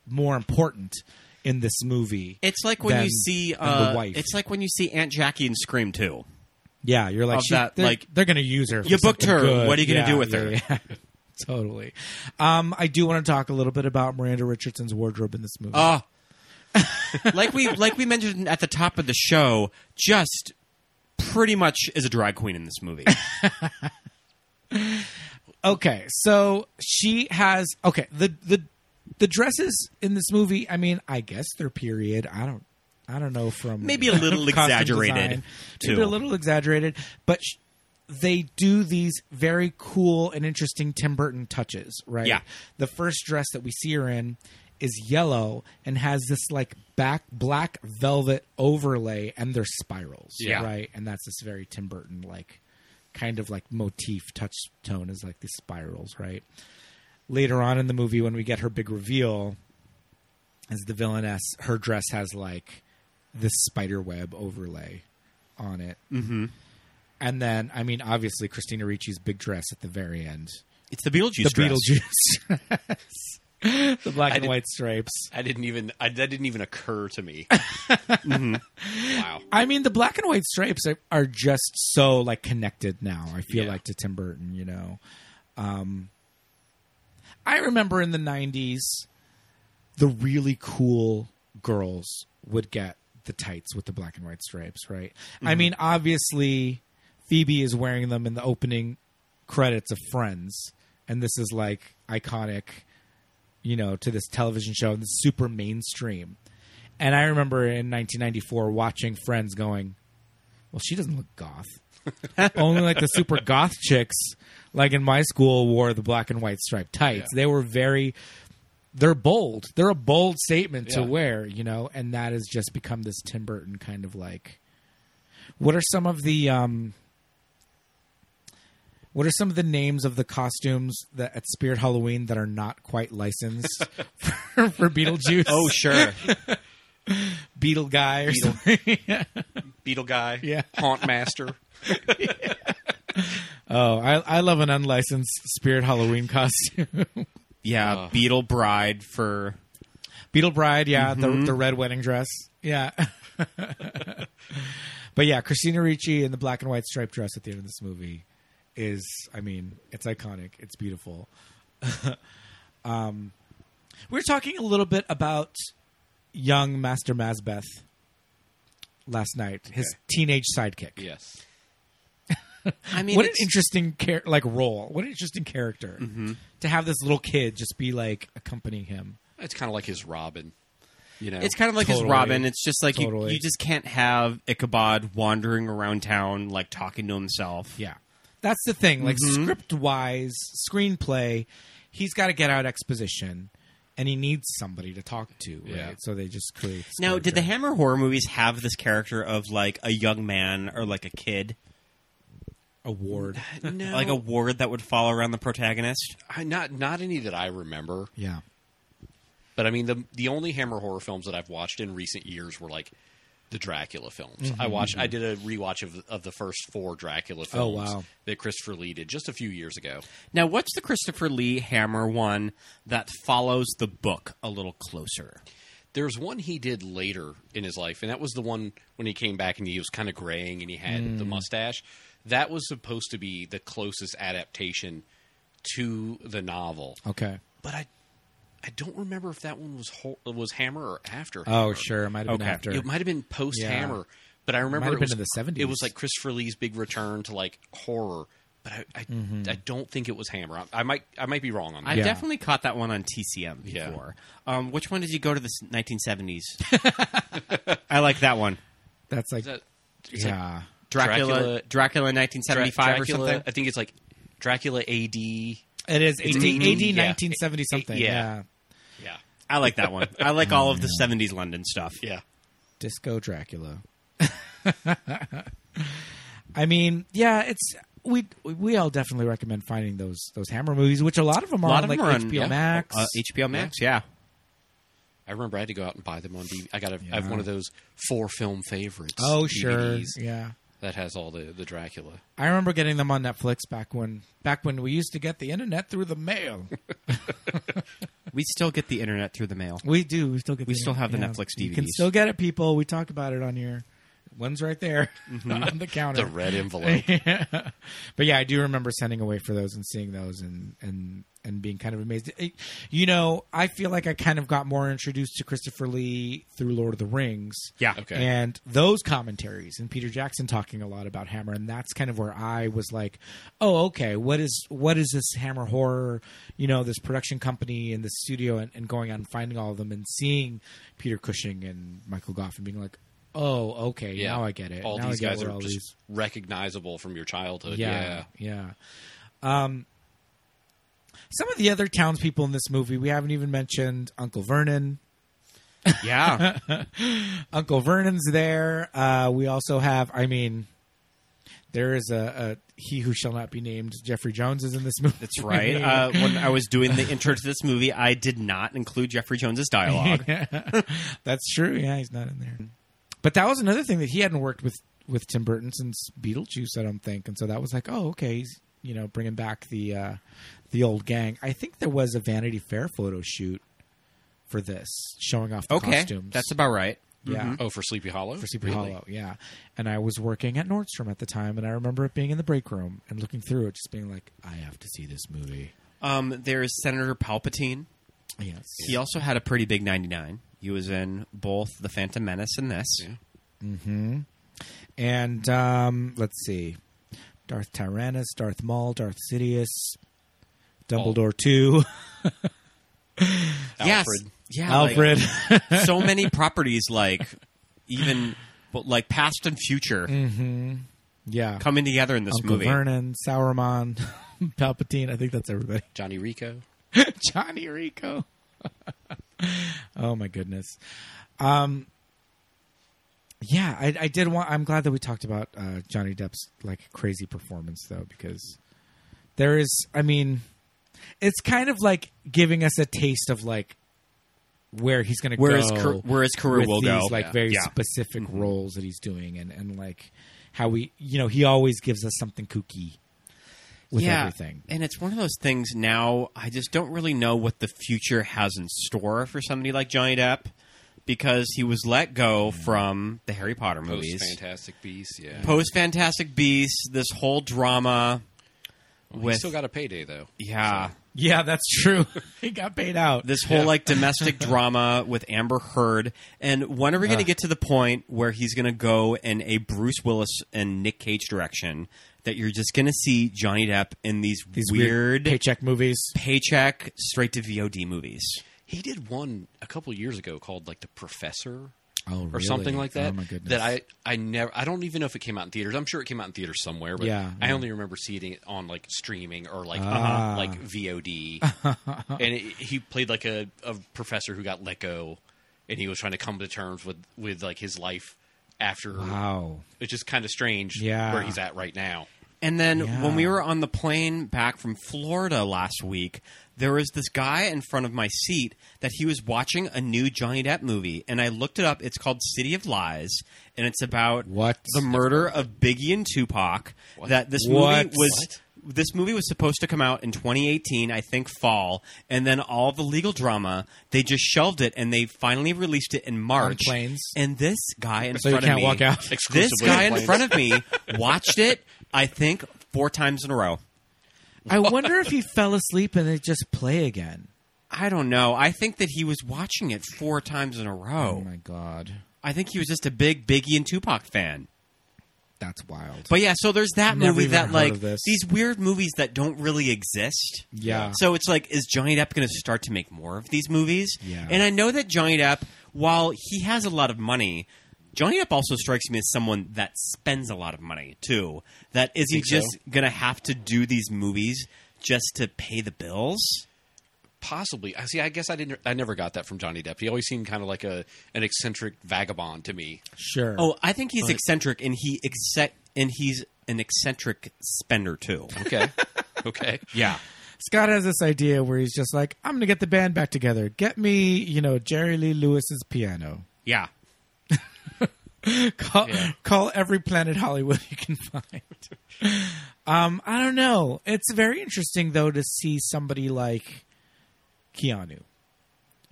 more important." In this movie, It's like when than- you see uh, than the wife. it's like when you see Aunt Jackie in Scream 2. Yeah, you're like of she- that, they're, like, they're gonna use her. for you booked something her, good. what are you gonna Yeah, do with her? yeah, yeah. totally. Um, I do want to talk a little bit about Miranda Richardson's wardrobe in this movie. Ah. like we like we mentioned at the top of the show, just pretty much is a drag queen in this movie. okay, so she has okay the the the dresses in this movie. I mean, I guess they're period. I don't. I don't know from Maybe a little costume exaggerated, design. Maybe too. a little exaggerated, but sh- they do these very cool and interesting Tim Burton touches, right? Yeah. The first dress that we see her in is yellow and has this like back black velvet overlay, and they're spirals, Yeah. right? And that's this very Tim Burton like kind of like motif touch tone is like these spirals, right? Later on in the movie, when we get her big reveal, as the villainess, her dress has like this spider web overlay on it. Mm-hmm. And then, I mean, obviously Christina Ricci's big dress at the very end, It's the Beetlejuice the dress. Beetlejuice, dress. the black I and did- white stripes. I didn't even I, that didn't even occur to me. Wow. I mean, the black and white stripes are, are just so like connected now. I feel Yeah. like to Tim Burton, you know. Um, I remember in the '90s, the really cool girls would get the tights with the black and white stripes, right? I mean, obviously, Phoebe is wearing them in the opening credits of Friends, and this is like iconic you know, to this television show and it's super mainstream. And I remember in 1994 watching Friends going, well, she doesn't look goth. Only like the super goth chicks, like in my school, wore the black and white striped tights. They were very, they're bold. They're a bold statement to Yeah. wear, you know, and that has just become this Tim Burton kind of like. What are some of the um, what are some of the names of the costumes that at Spirit Halloween that are not quite licensed for, for Beetlejuice? Oh sure, Beetle Guy or something. Beetle guy. Yeah. Haunt master. Oh, I, I love an unlicensed Spirit Halloween costume. yeah. Beetle Bride for Beetle Bride, yeah, the, the red wedding dress. Yeah. but yeah, Christina Ricci in the black and white striped dress at the end of this movie is, I mean, it's iconic. It's beautiful. um, we were talking a little bit about young Master Masbeth last night, his teenage sidekick. Yes. I mean, what an it's- interesting char- like role. What an interesting character Mm-hmm. to have this little kid just be like accompanying him. It's kind of like his Robin. You know. It's kind of like his Totally. Robin. It's just like Totally. you, you just can't have Ichabod wandering around town like talking to himself. Yeah. That's the thing. Like Mm-hmm. script wise, screenplay, he's got to get out exposition and he needs somebody to talk to, right? Yeah. So they just create this Now, did the character. Hammer horror movies have this character of like a young man or like a kid, award. no, like a ward that would follow around the protagonist? I- not not any that I remember. Yeah. But I mean, the the only Hammer horror films that I've watched in recent years were like the Dracula films. I watched, I did a rewatch of of the first four Dracula films wow. that Christopher Lee did just a few years ago. Now, what's the Christopher Lee Hammer one that follows the book a little closer? There's one he did later in his life, and that was the one when he came back and he was kind of graying and he had the mustache. That was supposed to be the closest adaptation to the novel, Okay. but I. I don't remember if that one was ho- was Hammer or after. Oh, Hammer. sure. It might have been Okay. after. It might have been post Hammer, but I remember Might have it been was, in the 70s. It was like Christopher Lee's big return to like horror, but I I, Mm-hmm. I don't think it was Hammer. I, I might I might be wrong on I that. Yeah. definitely caught that one on TCM Yeah. before. Um, which one did you go to the s- 1970s? I like that one. That's like, Is that- it's like yeah. Dracula, Dracula- Dracula, Dra- 1975 Dracula- or something. I think it's like Dracula AD. Yeah, it is 18, AD Mhm. Yeah. 1970 something. Yeah. yeah. I like that one. I like all of the 70s London stuff. yeah. Disco Dracula. I mean, yeah, it's we we all definitely recommend finding those those Hammer movies, which a lot of them A are lot on of like them are on HBO yeah, Max. Uh, HBO Max, yeah. I remember I had to go out and buy them on DVD. I got a, I have one of those four film favorites. oh sure, DVDs yeah. That has all the the Dracula. I remember getting them on Netflix back when back when we used to get the internet through the mail. We still get the internet through the mail. we do. We still get. We the still have the yeah. Netflix You can DVDs. still get it, people. We talk about it on here. one's right there Mm-hmm. on the counter. The red envelope. but yeah, I do remember sending away for those and seeing those and and and being kind of amazed. It- You know, I feel like I kind of got more introduced to Christopher Lee through Lord of the Rings. Yeah. Okay. And those commentaries and Peter Jackson talking a lot about Hammer and that's kind of where I was like, "Oh, okay, what is what is this Hammer horror, you know, this production company and this studio and, and going out and finding all of them and seeing Peter Cushing and Michael Goff and being like, "Oh, okay, Yeah. now I get it." All Now I these get guys where are all just these- recognizable from your childhood. yeah, Yeah. yeah. Um, some of the other townspeople in this movie we haven't even mentioned. Uncle Vernon. Yeah. Uncle Vernon's there. Uh, we also have. I mean, there is a, a he who shall not be named. Jeffrey Jones is in this movie. That's right. Uh, when I was doing the intro to this movie, I did not include Jeffrey Jones's dialogue. That's true. Yeah, he's not in there. But that was another thing that he hadn't worked with with Tim Burton since Beetlejuice, I don't think. And so that was like, oh, okay, he's you know bringing back the uh, the old gang. I think there was a Vanity Fair photo shoot for this, showing off the Okay. costumes. That's Mm-hmm. about right. yeah. Oh, for Sleepy Hollow? For Sleepy Hollow, yeah. And I was working at Nordstrom at the time, and I remember it being in the break room and looking through it, just being like, "I have to see this movie." Um, there's Senator Palpatine. Yes, He also had a pretty big 99. He was in both The Phantom Menace and this. And um, let's see, Darth Tyrannus, Darth Maul, Darth Sidious, Dumbledore two, Yes. Alfred. Yeah, like, Alfred. so many properties, like even but, like past and future, yeah, coming together in this Uncle movie. Vernon, Sauron, Palpatine. I think that's everybody. Johnny Rico. Johnny Rico. oh my goodness. Um, yeah, I, I did want. I'm glad that we talked about uh, Johnny Depp's like crazy performance though, because there is. I mean, it's kind of like giving us a taste of like where he's going to Where go, his car- where his career with will these, go. Mm-hmm. like Yeah. very Yeah. specific roles that he's doing, and and like how we, you know, he always gives us something kooky with everything. And it's one of those things now I just don't really know what the future has in store for somebody like Johnny Depp because he was let go from the Harry Potter Those movies. Fantastic Beasts. Yeah. Post Fantastic Beasts, this whole drama We with still got a payday, though. yeah, Yeah, that's true. he got paid out. this whole like domestic drama with Amber Heard. And when are we going to get to the point where he's going to go in a Bruce Willis and Nick Cage direction that you're just going to see Johnny Depp in these, these weird, weird, paycheck movies. paycheck straight to VOD movies? He did one a couple years ago called like The Professor Oh, or something like that. Oh my goodness! That I I never I don't even know if it came out in theaters. I'm sure it came out in theaters somewhere, but Yeah, I yeah. only remember seeing it on like streaming or like Ah. like VOD. and it, he played like a, a professor who got let go, and he was trying to come to terms with with like his life after. wow. It's just kind of strange Yeah. where he's at right now. And then Yeah. when we were on the plane back from Florida last week, there was this guy in front of my seat that he was watching a new Johnny Depp movie. And I looked it up. It's called City of Lies. And it's about What? the murder of Biggie and Tupac. That this What? movie was. This movie was supposed to come out in 2018, I think fall, and then all the legal drama, they just shelved it and they finally released it in March. planes? And this guy in So you front can't of me walk out. this Exclusively guy on in planes. front of me watched it, I think, four times in a row. I wonder if he fell asleep and they just play again. I don't know. I think that he was watching it four times in a Oh row. my god, I think he was just a big Biggie and Tupac fan. that's wild. But yeah, so there's that Never movie even that heard like of this. these weird movies that don't really exist. Yeah. So it's like, is Johnny Depp going to start to make more of these movies? Yeah. And I know that Johnny Depp, while he has a lot of money, Johnny Depp also strikes me as someone that spends a lot of money too. That is he Think so? just going to have to do these movies just to pay the bills? Possibly, I see. I guess I didn't. I never got that from Johnny Depp. He always seemed kind of like a an eccentric vagabond to me. sure. Oh, I think he's eccentric, and he exce- and he's an eccentric spender too. Okay, okay. Yeah. Scott has this idea where he's just like, "I'm gonna get the band back together. Get me, you know, Jerry Lee Lewis's piano. Yeah. Call, call every planet Hollywood you can find." um, I don't know. It's very interesting though to see somebody like Keanu,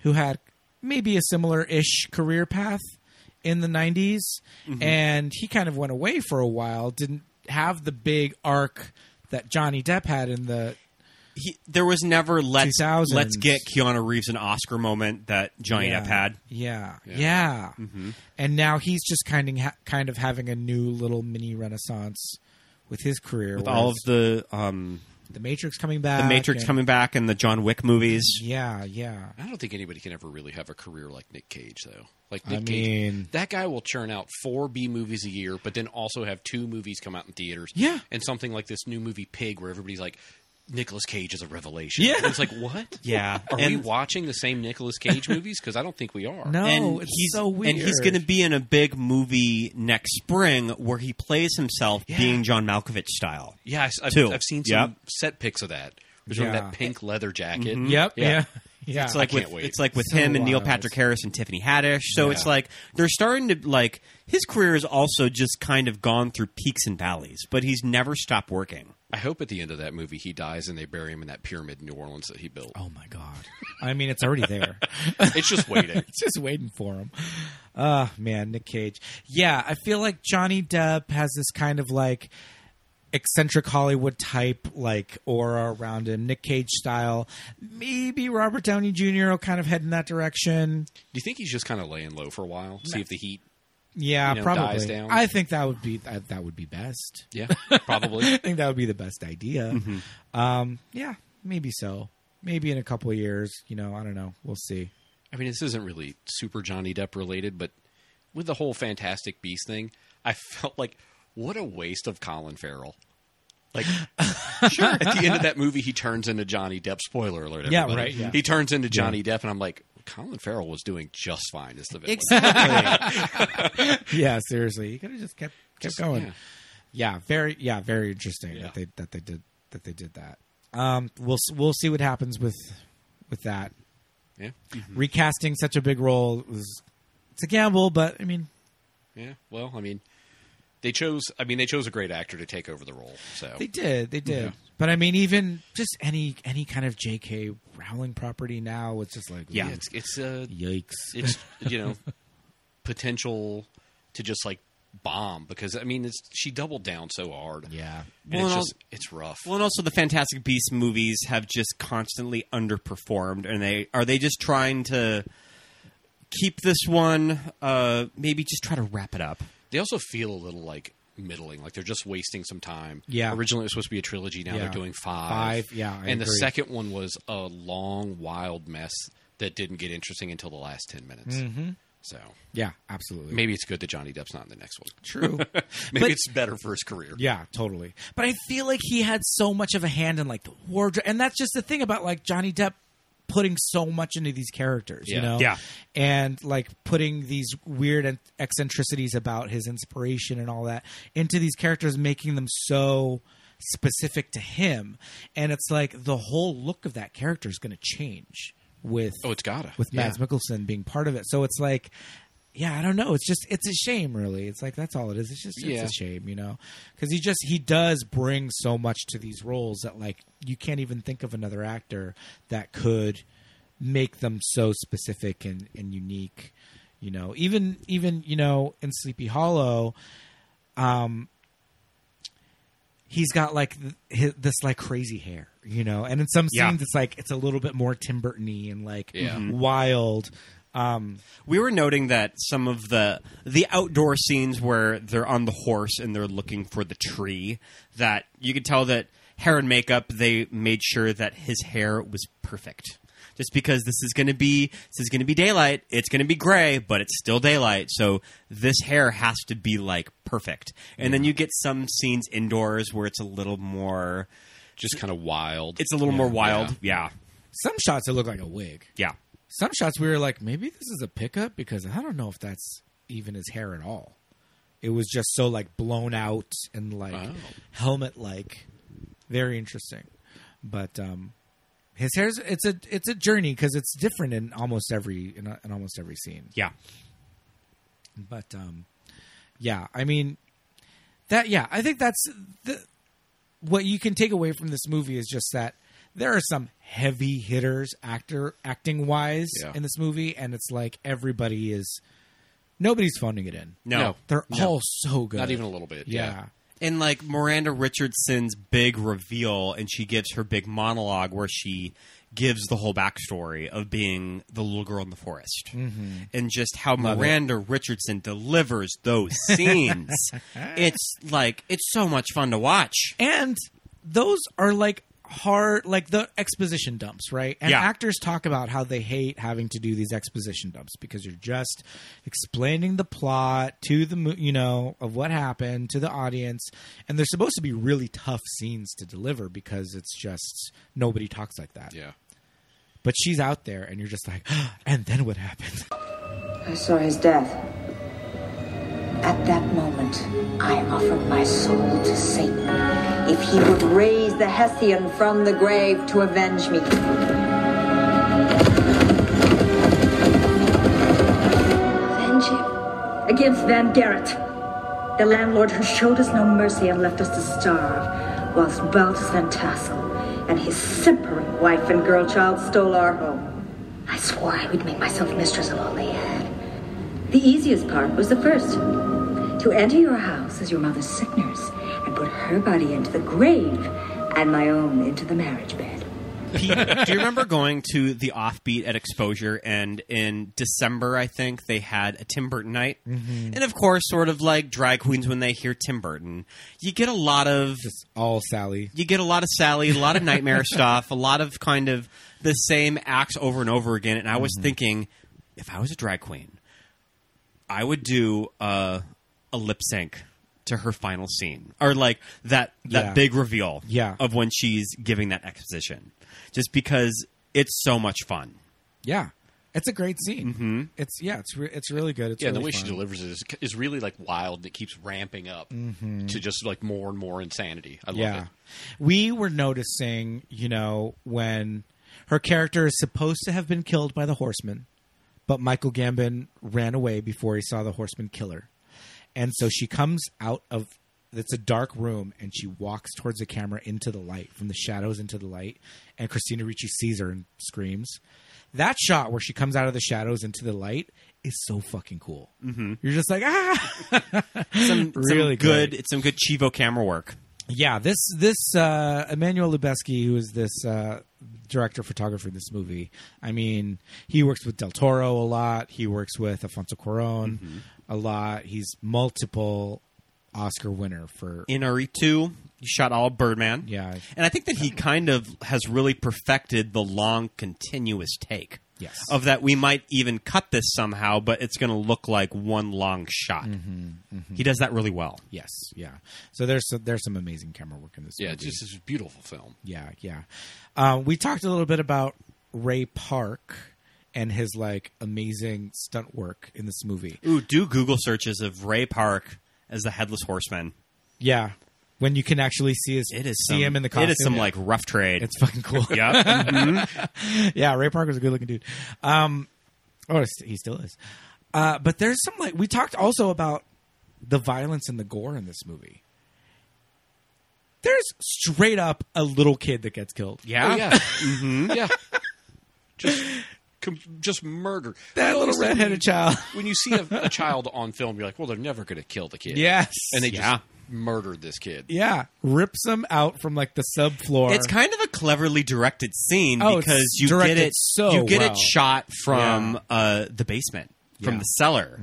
who had maybe a similar ish career path in the 90s Mm-hmm. and he kind of went away for a while didn't have the big arc that Johnny Depp had in the He, there was never let's 2000s. let's get Keanu Reeves an Oscar moment that Johnny yeah, Depp had. uh, Mm-hmm. Yeah. Yeah. And now he's just kind of ha- kind of having a new little mini renaissance with his career With where all of it's the um, the Matrix coming back. the Matrix and- coming back and the John Wick movies. Yeah, yeah. I don't think anybody can ever really have a career like Nick Cage, though. Like Nick I mean- Cage, that guy will churn out four B movies a year, but then also have two movies come out in theaters. Yeah. and something like this new movie Pig, where everybody's like, Nicolas Cage is a revelation. Yeah. And it's like what? Yeah. are we And- watching the same Nicolas Cage movies? Because I don't think we are. No, and it's he's so weird. and he's going to be in a big movie next spring where he plays himself being John Malkovich style. Yeah, I, have Two. I've seen some Yep. set pics of that. There's one with Yeah. Mm-hmm. that pink leather jacket. Yep. Yeah. Yeah. It's like I can't with, wait. it's like with So him and Neil wild. Patrick Harris and Tiffany Haddish. So it's like they're starting to like his career has also just kind of gone through peaks and valleys, but he's never stopped working. I hope at the end of that movie he dies and they bury him in that pyramid in New Orleans that he built. Oh my god! I mean, it's already there. It's just waiting. it's just waiting for him. Oh man, Nick Cage. Yeah, I feel like Johnny Depp has this kind of like eccentric Hollywood type like aura around him, Nick Cage style. Maybe Robert Downey Jr. will kind of head in that direction. Do you think he's just kind of laying low for a while? See if the heat. Yeah, You know, probably. dies down. I think that would be that, that would be best. Yeah, probably. I think that would be the best idea. Um, yeah, maybe so. Maybe in a couple of years, you know, I don't know. We'll see. I mean, this isn't really super Johnny Depp related, but with the whole Fantastic Beast thing, I felt like what a waste of Colin Farrell. Like, sure, at the end of that movie, he turns into Johnny Depp. Spoiler alert! Yeah, everybody. right, yeah. He turns into Johnny Depp, and I'm like, Colin Farrell was doing just fine as the villain. yeah, seriously, you could have just kept kept going. Yeah. yeah. very yeah, very interesting Yeah. that they that they did that they did that. Um, we'll s- we'll see what happens with with that Yeah, recasting such a big role was it's a gamble, but I mean, yeah. Well, I mean, they chose. I mean, they chose a great actor to take over the role. So they did they did. But I mean, even just any any kind of J.K. Rowling property now, it's just like yeah, ooh, it's it's uh, yikes. it's you know potential to just like bomb because I mean it's she doubled down so hard. yeah, And Well, it's and just it's rough. Well, and also the Fantastic Beasts movies have just constantly underperformed, and they are they just trying to keep this one, uh, maybe just try to wrap it up. they also feel a little like middling, like they're just wasting some time. Yeah. Originally it was supposed to be a trilogy, now Yeah. they're doing five. Five, yeah, I and the agree. second one was a long, wild mess that didn't get interesting until the last ten minutes. Mm-hmm. So yeah, absolutely. maybe it's good that Johnny Depp's not in the next one. True. Maybe But- it's better for his career. Yeah, totally. But I feel like he had so much of a hand in like the wardrobe, and that's just the thing about like Johnny Depp putting so much into these characters, you Yeah. know, Yeah. and like putting these weird and eccentricities about his inspiration and all that into these characters, making them so specific to him, and it's like the whole look of that character is going to change with Oh, it's gotta. with Yeah. Mads Mikkelsen being part of it. So it's like, yeah, I don't know. It's just it's a shame, really. It's like that's all it is. It's just Yeah. it's a shame, you know, because he just he does bring so much to these roles that like you can't even think of another actor that could make them so specific and and unique. You know, even even you know in Sleepy Hollow, um, he's got like th- hi- this like crazy hair, you know. And in some scenes, Yeah. it's like it's a little bit more Tim Burtony and like Yeah. Mhm. wild. We were noting that some of the the outdoor scenes where they're on the horse and they're looking for the tree, that you could tell that hair and makeup they made sure that his hair was perfect. Just because this is going to be this is going to be daylight, it's going to be gray, but it's still daylight. So this hair has to be like perfect. And then you get some scenes indoors where it's a little more Just kind of wild. it's a little more wild. Yeah. Some shots it looked like a wig. Yeah. Some shots we were like, maybe this is a pickup because I don't know if that's even his hair at all. It was just so like blown out and like Wow. helmet like. Very interesting, but um, his hair's it's a it's a journey because it's different in almost every in, in almost every scene. Yeah. but um yeah i mean that yeah i think that's the, what you can take away from this movie is just that there are some heavy hitters actor acting wise Yeah. in this movie and it's like everybody is Nobody's phoning it in. No. No. They're No. all so good. Not even a little bit. Yeah. and like Miranda Richardson's big reveal, and she gives her big monologue where she gives the whole backstory of being the little girl in the forest and just how Miranda Richardson delivers those scenes. it's like it's so much fun to watch. And those are like hard, like the exposition dumps, right? And Yeah. actors talk about how they hate having to do these exposition dumps because you're just explaining the plot to the, mo- you know, of what happened to the audience. And they're supposed to be really tough scenes to deliver because it's just nobody talks like that. Yeah. But she's out there and you're just like, and then what happened? I saw his death. At that moment, I offered my soul to Satan if he would raise the Hessian from the grave to avenge me. Avenge him against Van Garrett, the landlord who showed us no mercy and left us to starve, whilst Baltus Van Tassel and his simpering wife and girl child stole our home. I swore I would make myself mistress of all they had. The easiest part was the first to enter your house as your mother's sick nurse and put her body into the grave and my own into the marriage bed. Do you remember going to the offbeat at Exposure? And in December, I think they had a Tim Burton night. And of course, sort of like drag queens when they hear Tim Burton, you get a lot of Just all Sally. you get a lot of Sally, a lot of nightmare stuff, a lot of kind of the same acts over and over again. And I Mm-hmm. was thinking, if I was a drag queen, I would do uh, a lip sync to her final scene, or like that that Yeah. big reveal, Yeah. of when she's giving that exposition, just because it's so much fun. Yeah. It's a great scene. Mm-hmm. It's yeah, it's re- it's really good. It's Yeah, really the way she fun. delivers it is, is really like wild. and It keeps ramping up to just like more and more insanity. I love Mm-hmm. yeah. it. We were noticing, you know, when her character is supposed to have been killed by the horseman, but Michael Gambon ran away before he saw the horseman kill her. And so she comes out of it's a dark room and she walks towards the camera into the light, from the shadows into the light, and Christina Ricci sees her and screams. That shot where she comes out of the shadows into the light is so fucking cool. Mm-hmm. You're just like, ah, Some, Really some good, good. it's some good Chivo camera work. yeah this this uh emmanuel lubezki who is this uh director photographer in this movie i mean he works with del toro a lot he works with alfonso cuaron Mm-hmm. a lot he's multiple oscar winner for in RE2, E you shot all of Birdman. Yeah. And I think that he kind of has really perfected the long, continuous take. Yes. Of that, we might even cut this somehow, but it's going to look like one long shot. Mm-hmm, He does that really well. yes yeah so there's some, there's some amazing camera work in this Yeah, movie. it's just it's a beautiful film. Yeah, yeah. Uh, we talked a little bit about Ray Park and his like amazing stunt work in this movie. Ooh, do Google searches of Ray Park as the Headless Horseman. Yeah, when you can actually see his It is see some, him in the costume. It is some like rough trade. it's fucking cool. yeah. yeah, Ray Parker's a good looking dude. Um, oh, he still is. Uh, but there's some like we talked also about the violence and the gore in this movie. There's straight up a little kid that gets killed. Yeah. Oh, yeah. Mm-hmm. Yeah. Just, com- just murder. that You little always think redheaded child. When you see a, a child on film, you're like, well, they're never going to kill the kid. Yes, And they Yeah. just murdered this kid. yeah rips them out from like the subfloor. It's kind of a cleverly directed scene Oh, it's because you get directed it so you get well. it shot from uh, the basement, from Yeah. Mm-hmm. the cellar,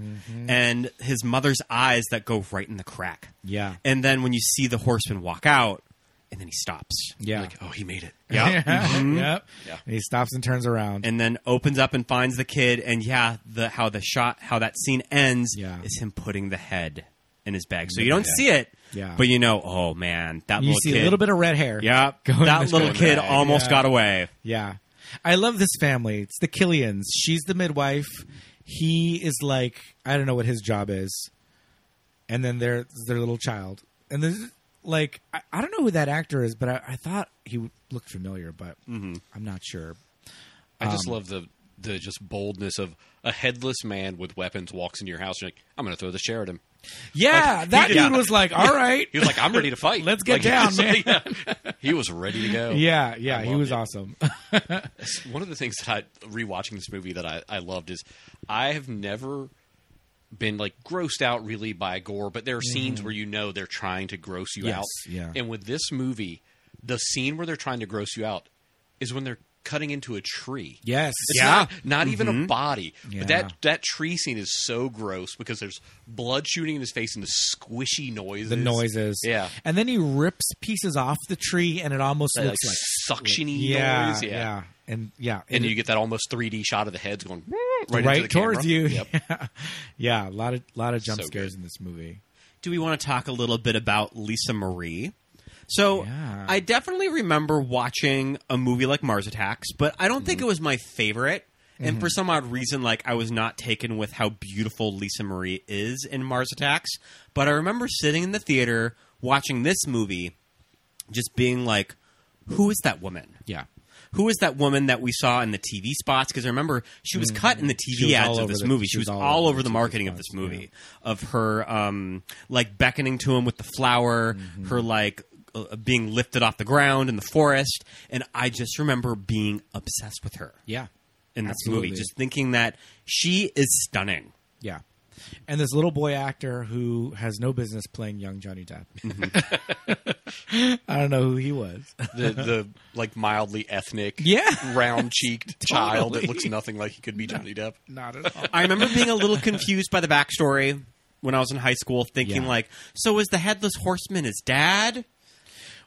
and his mother's eyes that go right in the crack. Yeah. and then when you see the horseman walk out, and then he stops. yeah. Like, oh, he made it. Yeah. yep. Yeah. And he stops and turns around. Mm-hmm. And then opens up and finds the kid, and yeah, the how the shot, how that scene ends, Yeah. is him putting the head in his bag. So you don't see it, Yeah. but you know, oh man, that you little see kid, a little bit of red hair. yeah, Going that this little way. kid almost Yeah. got away. Yeah. I love this family. It's the Killians. She's the midwife. He is like I don't know what his job is. And then there's their little child. And there's like I, I don't know who that actor is, but I, I thought he looked familiar, but I'm not sure. I just Um, love the the just boldness of a headless man with weapons walks into your house. And you're like, I'm going to throw the chair at him. Yeah, that dude yeah. was like, "All right, He was like, I'm ready to fight. Let's get Like, down, man. yeah. he was ready to go. yeah, yeah, he loved was it. awesome. One of the things that I rewatching this movie that I, I loved is I have never been like grossed out really by gore, but there are scenes where you know they're trying to gross you Mm. Yes, out. yeah. And with this movie, the scene where they're trying to gross you out is when they're cutting into a tree. Yes. It's yeah. Mm-hmm. not, not even a body. But Yeah. that that tree scene is so gross because there's blood shooting in his face and the squishy noises. the noises. Yeah. And then he rips pieces off the tree and it almost That, like, looks like suctiony yeah, noise. Yeah. And yeah. And it- you get that almost 3D shot of the heads going right, right, into the towards camera. you. Yep. Yeah. yeah. A lot of lot of jump So scares good. in this movie. do we want to talk a little bit about Lisa Marie? So Yeah. I definitely remember watching a movie like Mars Attacks, but I don't think it was my favorite. And for some odd reason, like I was not taken with how beautiful Lisa Marie is in Mars Attacks. But I remember sitting in the theater watching this movie, just being like, "Who is that woman? Yeah. Who is that woman that we saw in the TV spots? Because I remember she was cut in the TV was all ads of over this the- movie. She was all over the TV marketing of spots, this movie of her um, like beckoning to him with the flower, Mm-hmm. her like uh, being lifted off the ground in the forest, and I just remember being obsessed with her Yeah. in this Absolutely. movie, just thinking that she is stunning. Yeah. And this little boy actor who has no business playing young Johnny Depp. Mm-hmm. I don't know who he was. the the like mildly ethnic, Yeah. round cheeked child that Totally. looks nothing like he could be Johnny Depp. Not at all. I remember being a little confused by the backstory when I was in high school, thinking Yeah. like, so is the headless horseman his dad?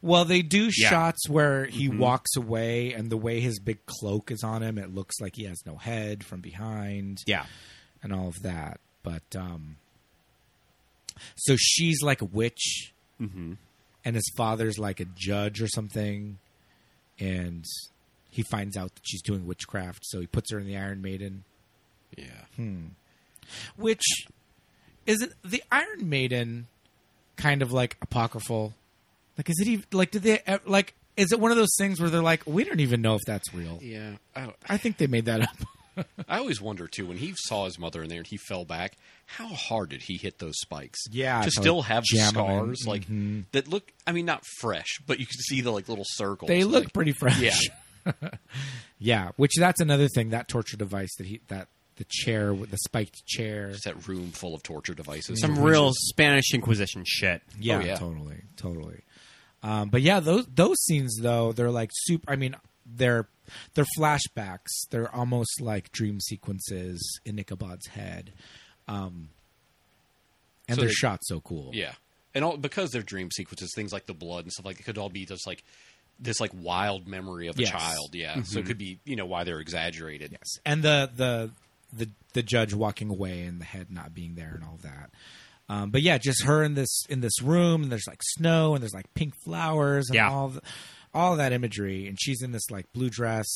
Well, they do Yeah. shots where he Mm-hmm. walks away, and the way his big cloak is on him, it looks like he has no head from behind. Yeah. and all of that. But um, so she's like a witch, and his father's like a judge or something, and he finds out that she's doing witchcraft, so he puts her in the Iron Maiden, Yeah, Hmm. which is it the Iron Maiden kind of like apocryphal? Like, is it even like did they ev- like? Is it one of those things where they're like, we don't even know if that's real? yeah. I, don't- I think they made that up. I always wonder too when he saw his mother in there and he fell back. How hard did he hit those spikes? Yeah, to to, still like, have the jam 'em in. Mm-hmm. scars like that look. I mean, not fresh, but you can see the like little circles. They look like- pretty fresh. Yeah. Yeah, which that's another thing that torture device that he that the chair with the spiked chair. Just that room full of torture devices. Mm-hmm. Some real Spanish Inquisition shit. Yeah, Oh, yeah. totally, totally. Um, but yeah, those those scenes though they're like super. I mean, they're they're flashbacks. They're almost like dream sequences in Ichabod's head, um, and So they're they- shot so cool. Yeah, and all because they're dream sequences, things like the blood and stuff like it could all be just like this like wild memory of a Yes. Mm-hmm. child. Yeah, so it could be you know why they're exaggerated. Yes, and the the the the judge walking away and the head not being there and all that. Um, but yeah, just her in this in this room. And there's like snow and there's like pink flowers and Yeah. all the, all that imagery. And she's in this like blue dress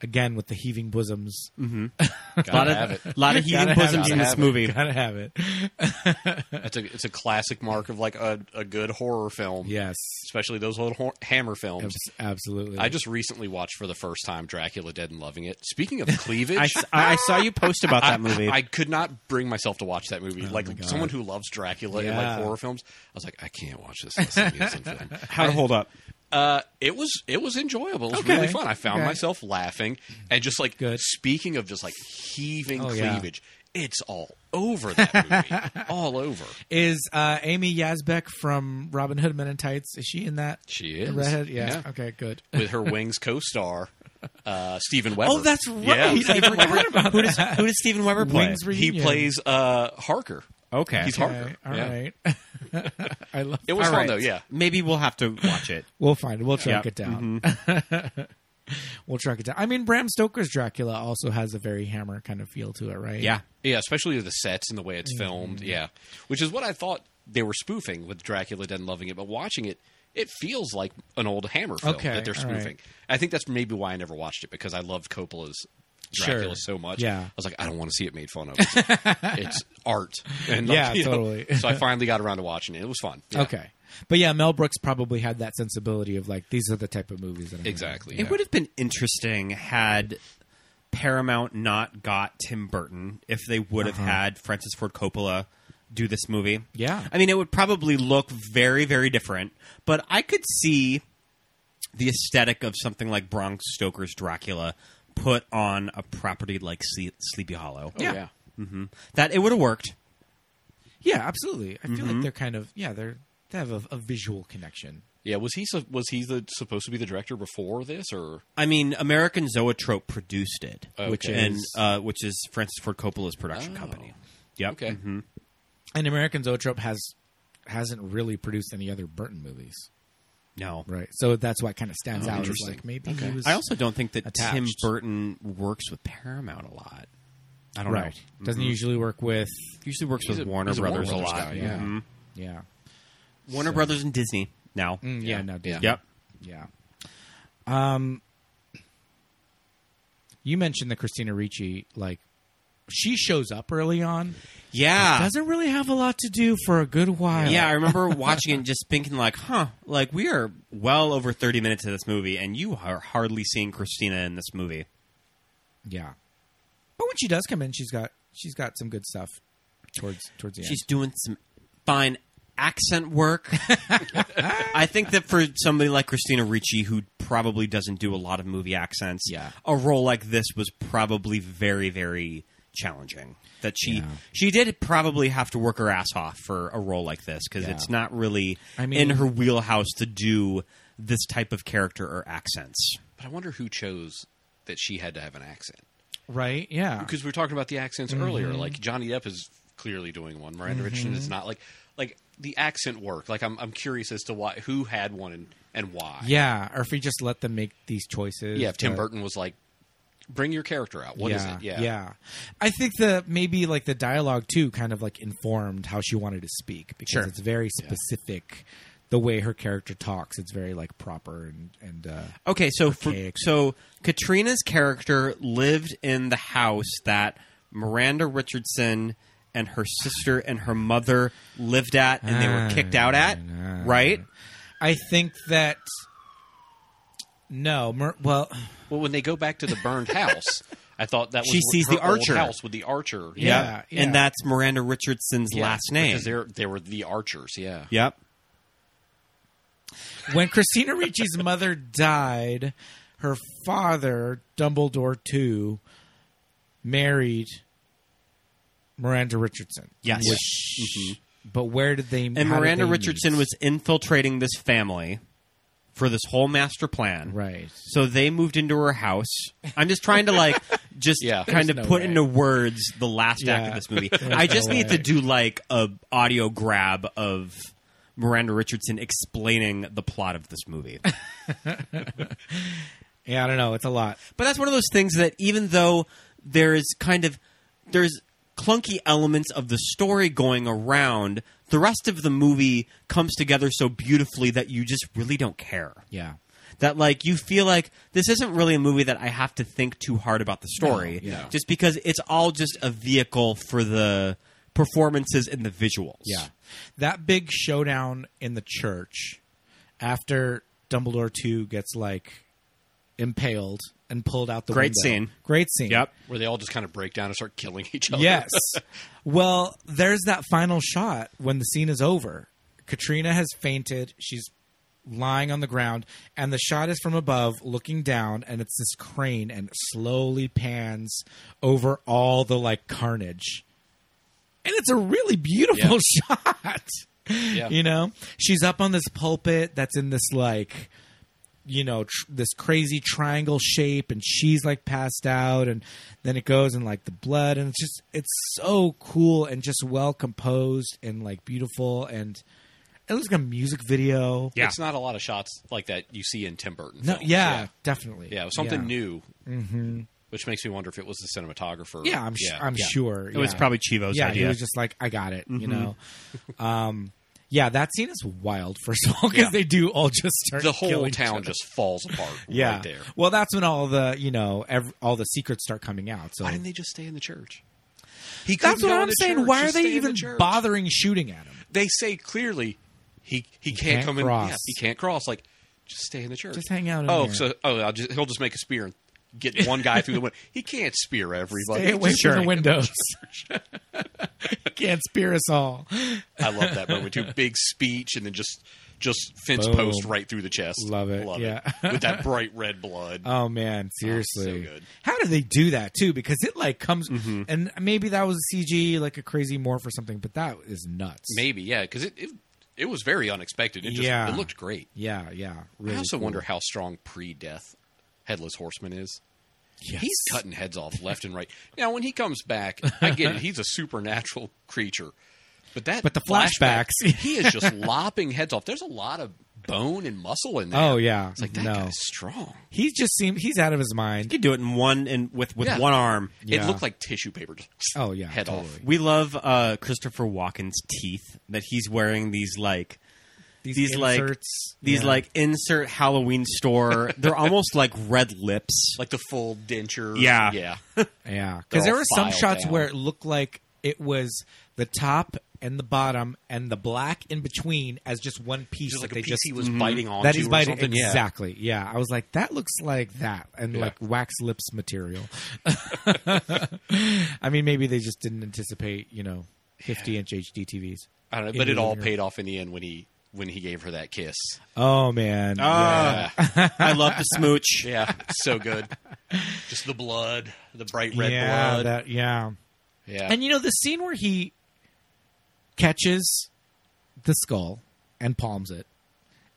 again with the heaving bosoms. Gotta A lot have it. of, lot Gotta of healing have bosoms it. in this Gotta have it. movie. Gotta have it. It's a it's a classic mark of like a, a good horror film. Yes, especially those old hor- Hammer films. Abs- absolutely. I just recently watched for the first time Dracula Dead and loving it. Speaking of cleavage, I, s- I- I saw you post about that movie. Oh I could not bring myself to watch that movie. my like God. someone who loves Dracula and Yeah. like horror films, I was like, I can't watch this. This thing isn't good. How to hold up? Uh, it was it was enjoyable. It was Okay. really fun. I found Okay. myself laughing and just like Good. speaking of just like heaving Oh, yeah. cleavage. It's all over that movie, all over. is uh, Amy Yazbek from Robin Hood Men in Tights. Is she in that? She is. The redhead. Yeah. Yeah. Okay. Good. With her Wings co-star, uh, Stephen Weber. Oh, that's right. Yeah. I forgot about who, does, who does Steven Weber play? Wings He reunion. plays uh, Harker. Okay. He's Harker. Okay, all Yeah. right. I love. It was All fun right. though. Yeah. Maybe we'll have to watch it. We'll find it. We'll track Yeah. it down. we'll track it down. I mean, Bram Stoker's Dracula also has a very Hammer kind of feel to it, right? Yeah. Yeah, especially the sets and the way it's filmed. Yeah, which is what I thought they were spoofing with Dracula Dead and Loving It, but watching it, it feels like an old Hammer film Okay, that they're all right. spoofing. I think that's maybe why I never watched it because I loved Coppola's Dracula Sure. so much. Yeah. I was like, I don't want to see it made fun of. It's, it's art. And like, Yeah, you know, totally. so I finally got around to watching it. It was fun. Yeah. Okay. But yeah, Mel Brooks probably had that sensibility of like these are the type of movies that I'm gonna Exactly. It would have been interesting had Paramount not got Tim Burton if they would have had Francis Ford Coppola do this movie. Yeah. I mean, it would probably look very, very different, but I could see the aesthetic of something like Bronx Stoker's Dracula put on a property like Sle- Sleepy Hollow. Oh, yeah. That it would have worked. Yeah, absolutely. I feel like they're kind of yeah they're they have a, a visual connection. Yeah, was he su- was he the, supposed to be the director before this or I mean, American Zoetrope produced it, which Okay. and uh, which is Francis Ford Coppola's production Oh. company. Yep. Mm-hmm. okay? And American Zoetrope has hasn't really produced any other Burton movies, No. right? So that's why it kind of stands out. It's interesting. like maybe he was. I also don't think that Tim Attached. Burton works with Paramount a lot. I don't right know. doesn't usually work with Usually works He's with a- Warner he's a Brothers a Warner lot. Brothers guy, yeah. Mm, Mhm. yeah Warner Brothers and Disney now. Mm, yeah, no Yeah. Disney. Yep. yeah. Um, you mentioned that Christina Ricci like she shows up early on. Yeah. Doesn't really have a lot to do for a good while. Ah. Yeah, I remember watching it and just thinking, like, huh, like we are well over 30 minutes of this movie, and you are hardly seeing Christina in this movie. yeah. But when she does come in, she's got she's got some good stuff towards towards the She's doing some fine accent work. I think that for somebody like Christina Ricci, who probably doesn't do a lot of movie accents, Yeah. a role like this was probably very, very challenging. That she Yeah. she did probably have to work her ass off for a role like this because it's not really I mean- in her wheelhouse to do this type of character or accents. But I wonder who chose that she had to have an accent end. Right? Yeah. because we were talking about the accents earlier. Like Johnny Depp is clearly doing one. Miranda Richardson is not. Like like the accent work. Like I'm I'm curious as to why who had one and, and why. Yeah. Or if we just let them make these choices. yeah. If Tim but- Burton was like, bring your character out. What is it? Yeah, yeah. I think the maybe like the dialogue too kind of like informed how she wanted to speak because Sure. it's very specific. The way her character talks, it's very like proper and and uh, Okay, so for, Archaic. so Katrina's character lived in the house that Miranda Richardson and her sister and her mother lived at, and they Ah, were kicked out at, right? I think that no, Mer- well, Well, when they go back to the burned house, I thought that was She wh- sees her the old archer. house with the archer. Yeah, yeah. and that's Miranda Richardson's Yeah, last name. because they're they were the archers. Yeah. Yep. when Christina Ricci's mother died, her father Dumbledore II married Miranda Richardson. Yes. Mm-hmm. which- but where did they? And how did they Miranda meet? Richardson was infiltrating this family for this whole master plan. right. So they moved into her house. I'm just trying to like just Yeah. kind of There's no put way. into words the last act of Yeah. this movie. I just no need way. to do like a audio grab of Miranda Richardson explaining the plot of this movie. Yeah, I don't know. It's a lot. But that's one of those things that even though there's kind of there's clunky elements of the story going around, the rest of the movie comes together so beautifully that you just really don't care. Yeah. That like you feel like this isn't really a movie that I have to think too hard about the story, yeah. just because it's all just a vehicle for the performances and the visuals. Yeah. That big showdown in the church after Dumbledore 2 gets like impaled and pulled out the Great window. scene. Great scene. Yep. Where they all just kind of break down and start killing each other. Yes. well, there's that final shot when the scene is over. Katrina has fainted. She's lying on the ground and the shot is from above looking down and it's this crane and it slowly pans over all the like carnage. And it's a really beautiful shot. Yeah. You know, she's up on this pulpit that's in this like you know tr- this crazy triangle shape and she's like passed out and then it goes in like the blood and it's just it's so cool and just well composed and like beautiful and it looks like a music video Yeah. It's not a lot of shots like that you see in Tim Burton. no films. yeah, definitely Yeah, it was something Yeah. new. Mm-hmm. Which makes me wonder if it was the cinematographer. yeah i'm, sh- I'm yeah. sure It was probably Chivo's yeah idea. he was just like i got it Mm-hmm. you know um yeah that scene is wild first of all because they do all just start The whole killing each town other. just falls apart yeah right there. well that's when all the you know ev- all the secrets start coming out so Why didn't they just stay in the church? He That's couldn't what go I'm to saying. church. Why are Just they stay in the even church. bothering shooting at him? They say clearly he he, can't, can't come in. Yeah, cross. he can't cross. Like just stay in the church. Just hang out in oh, there. so oh, I'll just, he'll just make a spear and get one guy through the window. He can't spear everybody. Stay away Just- from the windows. Can't spear us all. I love that moment too. Big speech and then just just fence Boom. post right through the chest. Love it, Love yeah. it. With that bright red blood. Oh man, seriously. so good. Mm-hmm. How do they do that too? Because it like comes and maybe that was CG like a crazy morph or something, but that is nuts. Maybe, yeah, because it, it it was very unexpected. It just Yeah. it looked great. Yeah, yeah. I Really also cool. wonder how strong pre-death Headless Horseman is. Yes. He's cutting heads off left and right. Now, when he comes back, I get it. He's a supernatural creature, but that But the flashback, flashbacks. he is just lopping heads off. There's a lot of bone and muscle in there. Oh yeah. it's like that no. guy's strong. He just seemed he's out of his mind. You do it in one and with with Yeah. one arm. Yeah. It looked like tissue paper. Just Oh yeah. head totally. off. We love uh, Christopher Walken's teeth that he's wearing these like These, these inserts. like these yeah. like insert Halloween store. They're almost like red lips. like the full denture. Yeah. yeah. Yeah, They're because there all were some filed shots down. where it looked like it was the top and the bottom and the black in between as just one piece. Just like that they a piece just mm-hmm. he was biting onto. that he's or biting something. Yeah. exactly. Yeah. I was like, that looks like that, and like wax lips material. I mean, maybe they just didn't anticipate, you know, fifty-inch HD TVs. I don't know, In but the it all living room. paid off in the end when he when he gave her that kiss. Oh man, Ah, I love the smooch. Yeah, so good. Just the blood, the bright red yeah, blood. that yeah. yeah, And you know the scene where he catches the skull and palms it,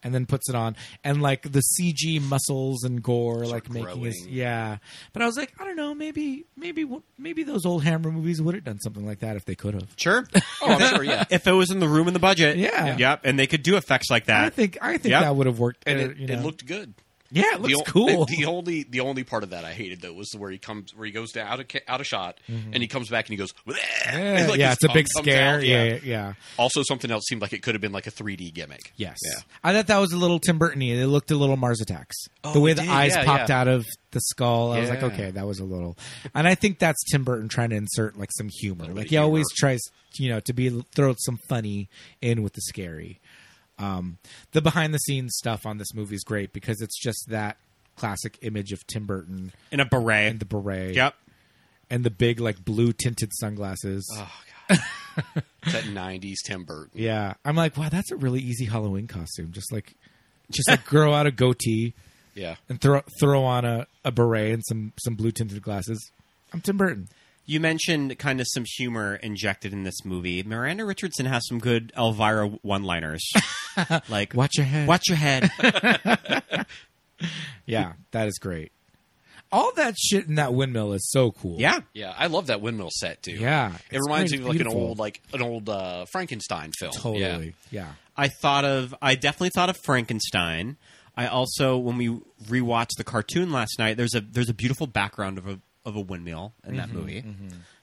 and then puts it on, and like the CG muscles and gore, like making his growing. yeah. But I was like, I don't know, maybe maybe maybe those old Hammer movies would have done something like that if they could have. Sure. oh, I'm sure. Yeah, if it was in the room in the budget. Yeah. Yep. And they could do effects like that. I think I think Yep. that would have worked. and uh, it, you it know. looked good. yeah, it The looks o- cool. The, the only the only part of that I hated though was where he comes where he goes to out of ca- out of shot and he comes back and he goes. "Bleh!" Mm-hmm. yeah, Like yeah, his it's a big tongue comes scare. out. Yeah, yeah, yeah. Also, something else seemed like it could have been like a 3D gimmick. Yes, Yeah. I thought that was a little Tim Burton-y. It looked a little Mars Attacks. the Oh, it way the did. eyes Yeah, popped yeah. out of the skull, I was like, Yeah. okay, that was a little. And I think that's Tim Burton trying to insert like some humor. Like of he always humor. tries, you know, to be throw some funny in with the scary. Um, the behind the scenes stuff on this movie is great because it's just that classic image of Tim Burton in a beret. and the beret, yep. and the big like blue tinted sunglasses. It's that 90s Tim Burton. Yeah, I'm like, wow, that's a really easy Halloween costume. Just like, just like grow out a goatee. Yeah. and throw throw on a, a beret and some some blue tinted glasses. I'm Tim Burton. You mentioned kind of some humor injected in this movie. Miranda Richardson has some good Elvira one-liners. like Watch your head. Watch your head. Yeah, that is great. All that shit in that windmill is so cool. yeah. Yeah, I love that windmill set too. Yeah, it it's reminds me pretty of like beautiful. an old like an old uh, Frankenstein film. Yeah. totally. Yeah, I thought of I definitely thought of Frankenstein. I also when we rewatched the cartoon last night, there's a there's a beautiful background of a of a windmill in Mm-hmm, that movie.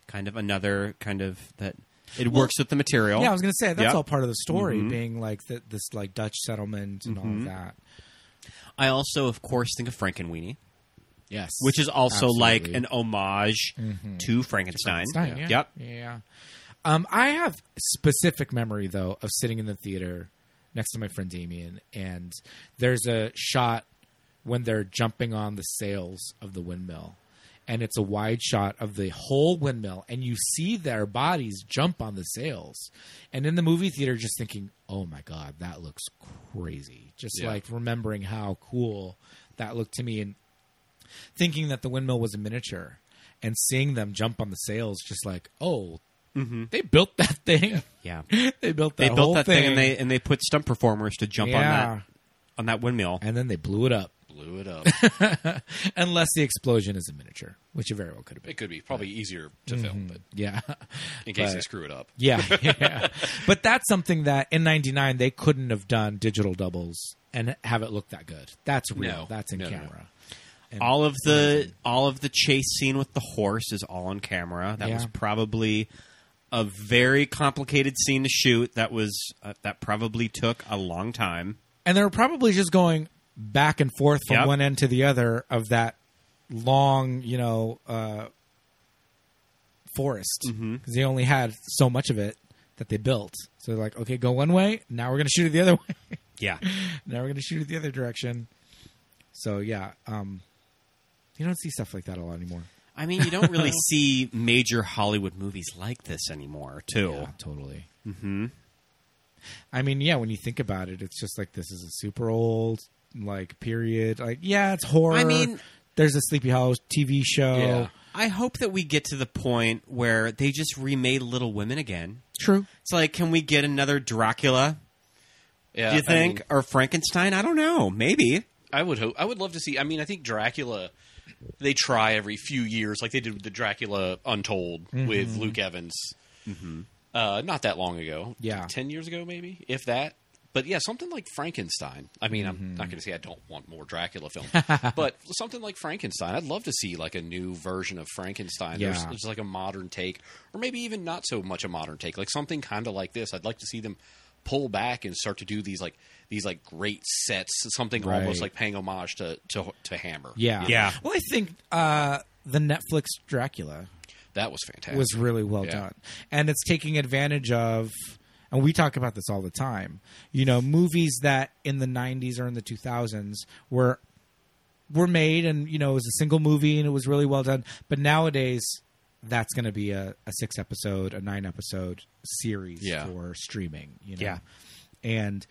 Kind of another kind of that it works with the yeah. material. I was gonna say that's Yep. all part of the story, being like the, this like Dutch settlement and all of that. I also of course think of Frankenweenie. Yes, which is also like Absolutely. Mm-hmm. an homage to Frankenstein. Frankenstein, yeah. Yep. Yeah. Um, I have specific memory though of sitting in the theater next to my friend Damien, and there's a shot when they're jumping on the sails of the windmill. And it's a wide shot of the whole windmill, and you see their bodies jump on the sails. And in the movie theater, just thinking, oh my God, that looks crazy. Just Yeah. like remembering how cool that looked to me. And thinking that the windmill was a miniature and seeing them jump on the sails just like oh they built that thing Mm-hmm. Yeah. they built that They whole built that thing. and they and they put stunt performers to jump Yeah. on that on that windmill. and then they blew it up Blew it up. unless the explosion is a miniature which it very well could have been it could be probably easier to film, but yeah in Mm-hmm. case But- they screw it up. yeah, yeah. but that's something that in 99 they couldn't have done digital doubles and have it look that good that's real No. that's in No, no, no. camera all of the all of the chase scene with the horse is all on camera. That Yeah. was probably a very complicated scene to shoot. That was uh, that probably took a long time. and they were probably just going back and forth from Yep. one end to the other of that long, you know, uh, forest because they only had so much of it that they built. So they're like, okay, go one way. Now we're going to shoot it the other way. Yeah. now we're going to shoot it the other direction. So yeah, um, you don't see stuff like that a lot anymore. I mean, you don't really see major Hollywood movies like this anymore, too. totally. Mm-hmm. I mean, yeah, when you think about it, it's just like this is a super old like period. Like, yeah, it's horror. I mean- there's a Sleepy Hollow TV show. Yeah. I hope that we get to the point where they just remade Little Women again. True. It's like, can we get another Dracula? Yeah, do you I think, mean, or Frankenstein? I don't know. Maybe. I would hope. I would love to see. I mean, I think Dracula. They try every few years, like they did with the Dracula Untold Mm-hmm. with Luke Evans. Uh, not that long ago, Yeah. ten years ago, maybe, if that. But yeah, something like Frankenstein. I mean, Mm-hmm. I'm not going to say I don't want more Dracula films, but something like Frankenstein. I'd love to see like a new version of Frankenstein. There's, Yeah. there's like a modern take, or maybe even not so much a modern take, like something kind of like this. I'd like to see them pull back and start to do these like these like great sets, something Right. almost like paying homage to to, to Hammer. Yeah. Yeah. Well, I think uh, the Netflix Dracula that was fantastic. was really well Yeah. done. And it's taking advantage of and we talk about this all the time. You know, movies that in the 90s or in the 2000s were were made and you know, it was a single movie and it was really well done, but nowadays that's going to be a, a six episode, a nine episode series Yeah. for streaming, you know. Yeah. And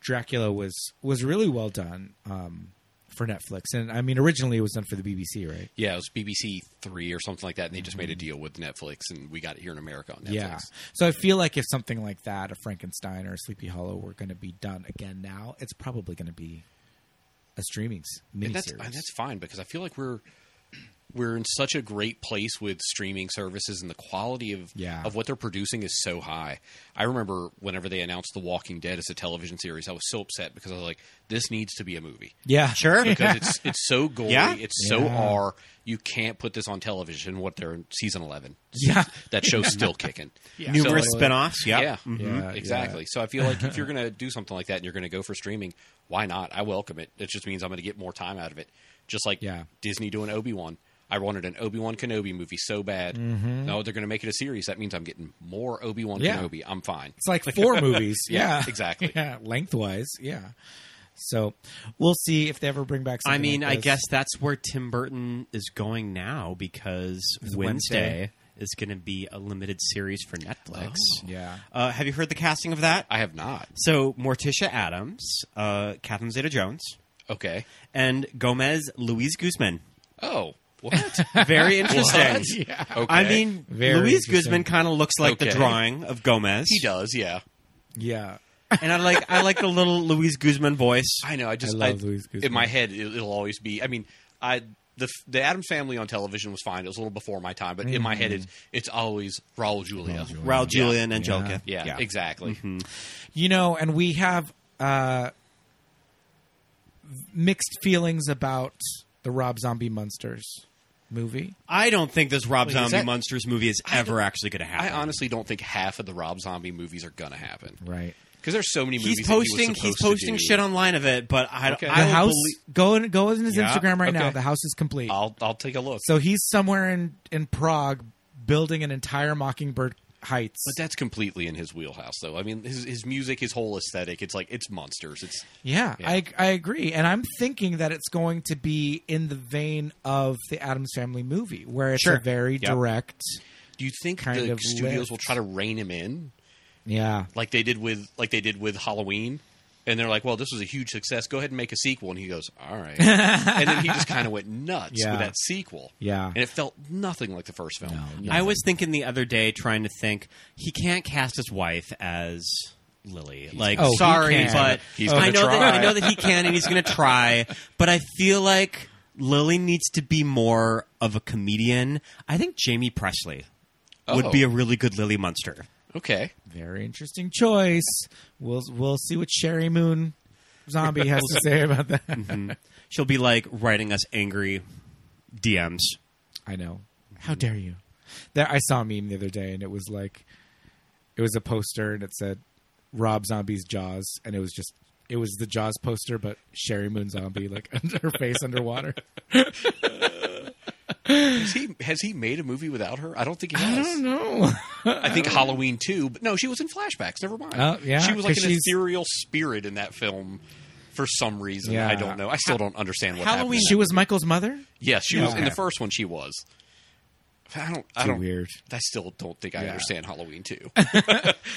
Dracula was was really well done um for Netflix. And I mean originally it was done for the BBC, right? yeah, it was BBC Three or something like that, and they just made a deal with Netflix, and we got it here in America on Netflix. Mm-hmm. Yeah. So I feel like if something like that, a Frankenstein or a Sleepy Hollow, were going to be done again now, it's probably going to be a streaming s- miniseries. and that's and that's fine because I feel like we're we're in such a great place with streaming services and the quality of Yeah. of what they're producing is so high. I remember whenever they announced The Walking Dead as a television series, I was so upset because I was like, this needs to be a movie. yeah. Sure. Because it's it's so gory, Yeah. it's so Yeah. R. You can't put this on television. What they're in season eleven, yeah. that show's still kicking. Numerous So- uh, spin-offs. Yep. yeah, Mhm. Yeah, exactly. So I feel like if you're going to do something like that and you're going to go for streaming, why not? I welcome it. It just means I'm going to get more time out of it. Just like Yeah. Disney doing Obi Wan. I wanted an Obi Wan Kenobi movie so bad. No, they're going to make it a series. That means I'm getting more Obi Wan Yeah. Kenobi. I'm fine. It's like four movies. Yeah, Yeah. exactly. Yeah. Lengthwise. Yeah. So we'll see if they ever bring back. I Something mean, like I this. guess that's where Tim Burton is going now because Wednesday, Wednesday. is going to be a limited series for Netflix. Oh, Yeah. Uh, have you heard the casting of that? I have not. So Morticia Adams, uh, Catherine Zeta-Jones, Okay. and Gomez Luis Guzman. Oh, what? Very interesting. Okay. I mean, Very Luis interesting. Guzman kind of looks like the Okay. drawing of Gomez. he does. Yeah. Yeah. and I like I like the little Luis Guzman voice. I know. I just love Louise Guzman. in my head it, it'll always be. I mean, I the the Adams Family on television was fine. It was a little before my time, but in my head it's it's always Raul Julia. Raul Mm-hmm. Julian Angelica. Yeah, exactly. You know, and we have uh, mixed feelings about the Rob Zombie Monsters movie. I don't think this Rob Wait, is Zombie that- Monsters movie is ever actually going to I happen. honestly don't think half of the Rob Zombie movies are gonna happen Right. because there's so many movies. he's that he was posting he's supposed to posting do. shit online of it, but I Okay. I The don't house. belie- go in, go in his Yeah, Instagram right now. okay. The house is complete. I'll I'll take a look. So he's somewhere in in Prague building an entire Mockingbird Heights. but that's completely in his wheelhouse, though. I mean, his his music, his whole aesthetic. It's like it's monsters. It's yeah, Yeah. I I agree, and I'm thinking that it's going to be in the vein of the Adams Family movie, where it's Sure. a very Yep. direct. do you think Kind the of studios lift. will try to rein him in? Yeah, like they did with like they did with Halloween. And they're like, "Well, this was a huge success. Go ahead and make a sequel." And he goes, "All right." and then he just kind of went nuts Yeah. with that sequel. Yeah. and it felt nothing like the first film. I was thinking the other day, trying to think, he can't cast his wife as Lily. like, Oh, he sorry, can. but He's I gonna know that try. I know that he can, and he's going to try. But I feel like Lily needs to be more of a comedian. I think Jamie Presley would Oh. be a really good Lily Munster. Okay, very interesting choice. We'll we'll see what Sherry Moon Zombie has to say about that. She'll be like writing us angry DMs. I know. How dare you? There, I saw a meme the other day, and it was like, it was a poster, and it said Rob Zombie's Jaws, and it was just, it was the Jaws poster, but Sherry Moon Zombie, like under her face underwater. has he has he made a movie without her? I don't think he has. I don't know. I think Halloween two, but no, she was in flashbacks. Never mind. Oh, yeah, she was like 'cause an she's- ethereal spirit in that film for some reason. Yeah. I don't know. I still don't understand what Halloween- Happened. she was Michael's mother. Yes, she was in Okay. the first one. She was. I don't. I Too don't. weird. I still don't think I understand Halloween two.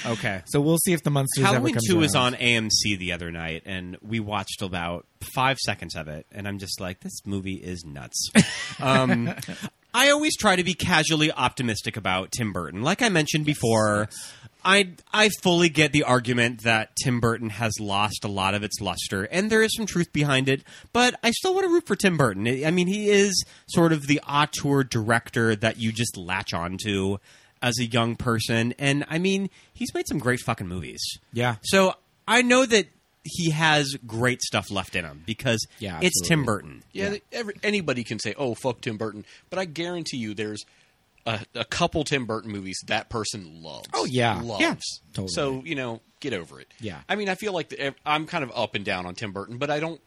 Okay, so we'll see if the monsters ever Halloween comes 2 is around. on AMC the other night, and we watched about five seconds of it, and I'm just like, this movie is nuts. um, I always try to be casually optimistic about Tim Burton. Like I mentioned before, I I fully get the argument that Tim Burton has lost a lot of its luster, and there is some truth behind it. But I still want to root for Tim Burton. I I mean, he is sort of the auteur director that you just latch onto as a young person, and I mean, he's made some great fucking movies. Yeah. So I know that he has great stuff left in him because Yeah, it's Tim absolutely. Burton. Yeah, they- Every, anybody can say, "Oh, fuck Tim Burton," but I guarantee you, there's a, a couple Tim Burton movies that person loves. Oh, yeah. loves. Yeah, totally. So you know, get over it. Yeah. I mean, I feel like the, ev- I'm kind of up and down on Tim Burton, but I don't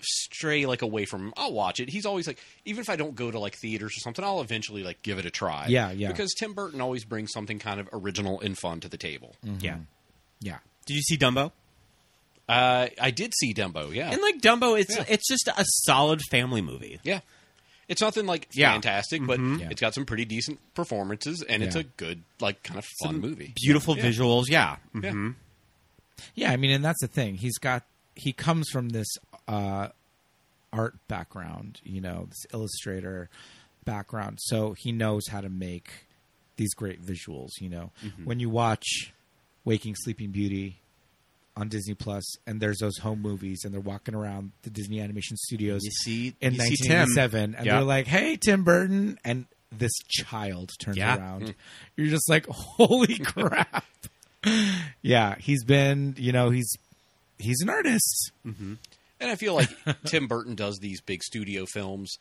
stray like away from him. I'll watch it. He's always like, even if I don't go to like theaters or something, I'll eventually like give it a try. Yeah, yeah. Because Tim Burton always brings something kind of original and fun to the table. Mm. Yeah. Yeah. Did you see Dumbo? Uh, I did see Dumbo. Yeah, And like Dumbo, it's Yeah. it's just a solid family movie. Yeah. It's nothing like Yeah. fantastic, but Yeah. it's got some pretty decent performances, and it's Mm-hmm. Yeah. a good, like, kind of fun movie. Beautiful Yeah. visuals, yeah. Mm-hmm. Yeah. Yeah, I mean, and that's the thing. He's got he comes from this uh, art background, you know, this illustrator background, so he knows how to make these great visuals. You know, Mm-hmm. when you watch Waking Sleeping Beauty on Disney Plus, and there's those home movies, and they're walking around the Disney Animation Studios You see- in you see Tim. 1987, and Yeah. they're like, "Hey, Tim Burton," and this child turns Yeah. around. Mm. You're just like, "Holy crap!" yeah, he's been, you know, he's he's an artist. Mm-hmm. And I feel like Tim Burton does these big studio films,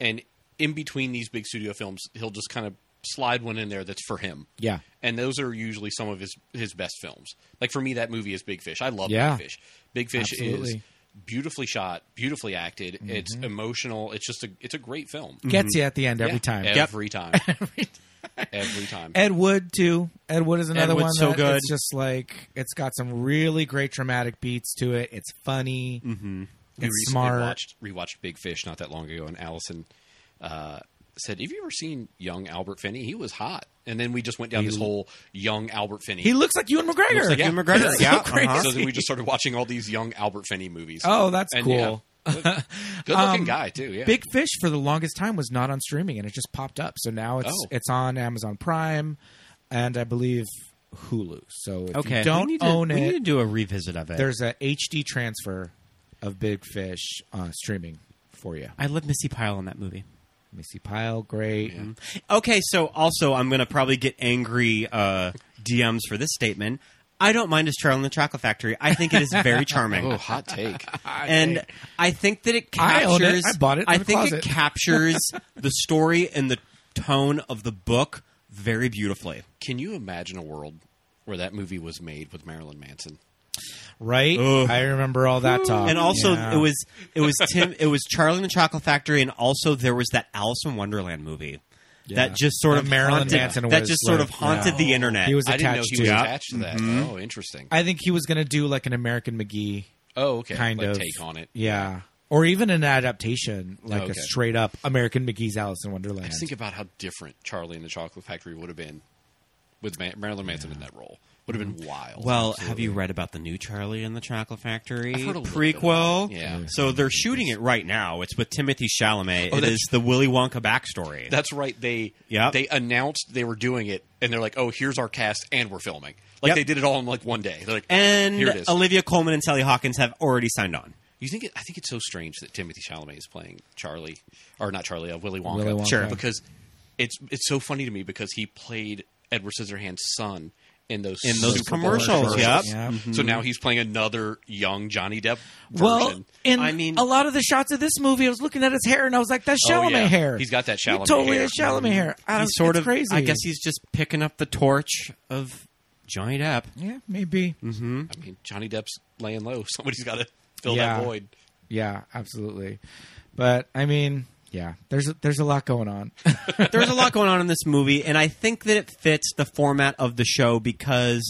and in between these big studio films, he'll just kind of slide one in there that's for him. Yeah. And those are usually some of his his best films. Like for me, that movie is Big Fish. I love Yeah. Big Fish. Big Fish is Absolutely. beautifully shot, beautifully acted. It's emotional. It's just a it's a great film. Gets you at the end every Yeah. time. Every time. every time. Every time. Ed Wood too. Ed Wood is another Ed Wood's one so that good. it's just like it's got some really great dramatic beats to it. It's funny. Mm-hmm. We It's recently smart. Watched, rewatched Big Fish not that long ago, and Allison uh, said, "Have you ever seen young Albert Finney? He was hot." And then we just went down this whole young Albert Finney. He looks like Ewan McGregor. Looks like Ewan McGregor, It's so yeah, crazy. uh-huh. so then we just started watching all these young Albert Finney movies. Oh, that's And, cool. yeah, good- Good-looking guy too. Yeah, Big Fish for the longest time was not on streaming, and it just popped up. So now it's Oh. it's on Amazon Prime, and I believe Hulu. So if Okay. you don't we need to, own we it, need to do a revisit of it. there's a HD transfer of Big Fish uh, streaming for you. I love Missy Pyle in that movie. Missy Pyle, great. Okay, so also I'm going to probably get angry uh, DMs for this statement. I don't mind his Charlie and the Chocolate Factory. I think it is very charming. Oh, hot take. and I think that it I captures. own it. I bought it I in the think it closet. captures the story and the tone of the book very beautifully. Can you imagine a world where that movie was made with Marilyn Manson? Right? I remember all that talk. Um, And also, Yeah. it was it was Tim, it was Charlie and the Chocolate Factory, and also there was that Alice in Wonderland movie that just sort That of Marilyn haunted, Manson that was just sort like- of haunted yeah. the internet. He was I didn't know attached he to was it. Mm-hmm. attached to that. Oh, interesting. I think he was going to do like an American McGee oh, okay. kind like of take on it. Yeah. Or even an adaptation, like Okay. a straight up American McGee's Alice in Wonderland. Just think about how different Charlie and the Chocolate Factory would have been with Ma- Marilyn Manson in that role. Would have been wild. Mm-hmm. Well, have you read about the new Charlie and the Chocolate Factory I've heard a little bit prequel? about it. Yeah. Oh, So they're shooting it right now. It's with Timothy Chalamet. it that's- is the Willy Wonka backstory. That's right. They Yep. they announced they were doing it, and they're like, "Oh, here's our cast, and we're filming." Like Yep. they did it all in like one day. They're like, "Here it and is." Olivia Coleman and Sally Hawkins have already signed on. you think? It, I think it's so strange that Timothy Chalamet is playing Charlie, or not Charlie, uh, Willy Wonka. Willy Wonka. Sure. Because it's it's so funny to me because he played Edward Scissorhands' son in those In those Super Bowl commercials, yep. commercials. Yeah. So now he's playing another young Johnny Depp. Version. Well, in I mean- a lot of the shots of this movie, I was looking at his hair and I was like, "That's Oh, Chalamet yeah. hair." He's got that He Chalamet totally hair. has Chalamet hair. I don't, Mm-hmm. he's sort it's of crazy. I guess he's just picking up the torch of Johnny Depp. yeah, maybe. Mm-hmm. I mean, Johnny Depp's laying low. Somebody's got to fill Yeah. that void. Yeah, absolutely. But I mean, yeah, there's there's a lot going on. There's a lot going on in this movie, and I think that it fits the format of the show because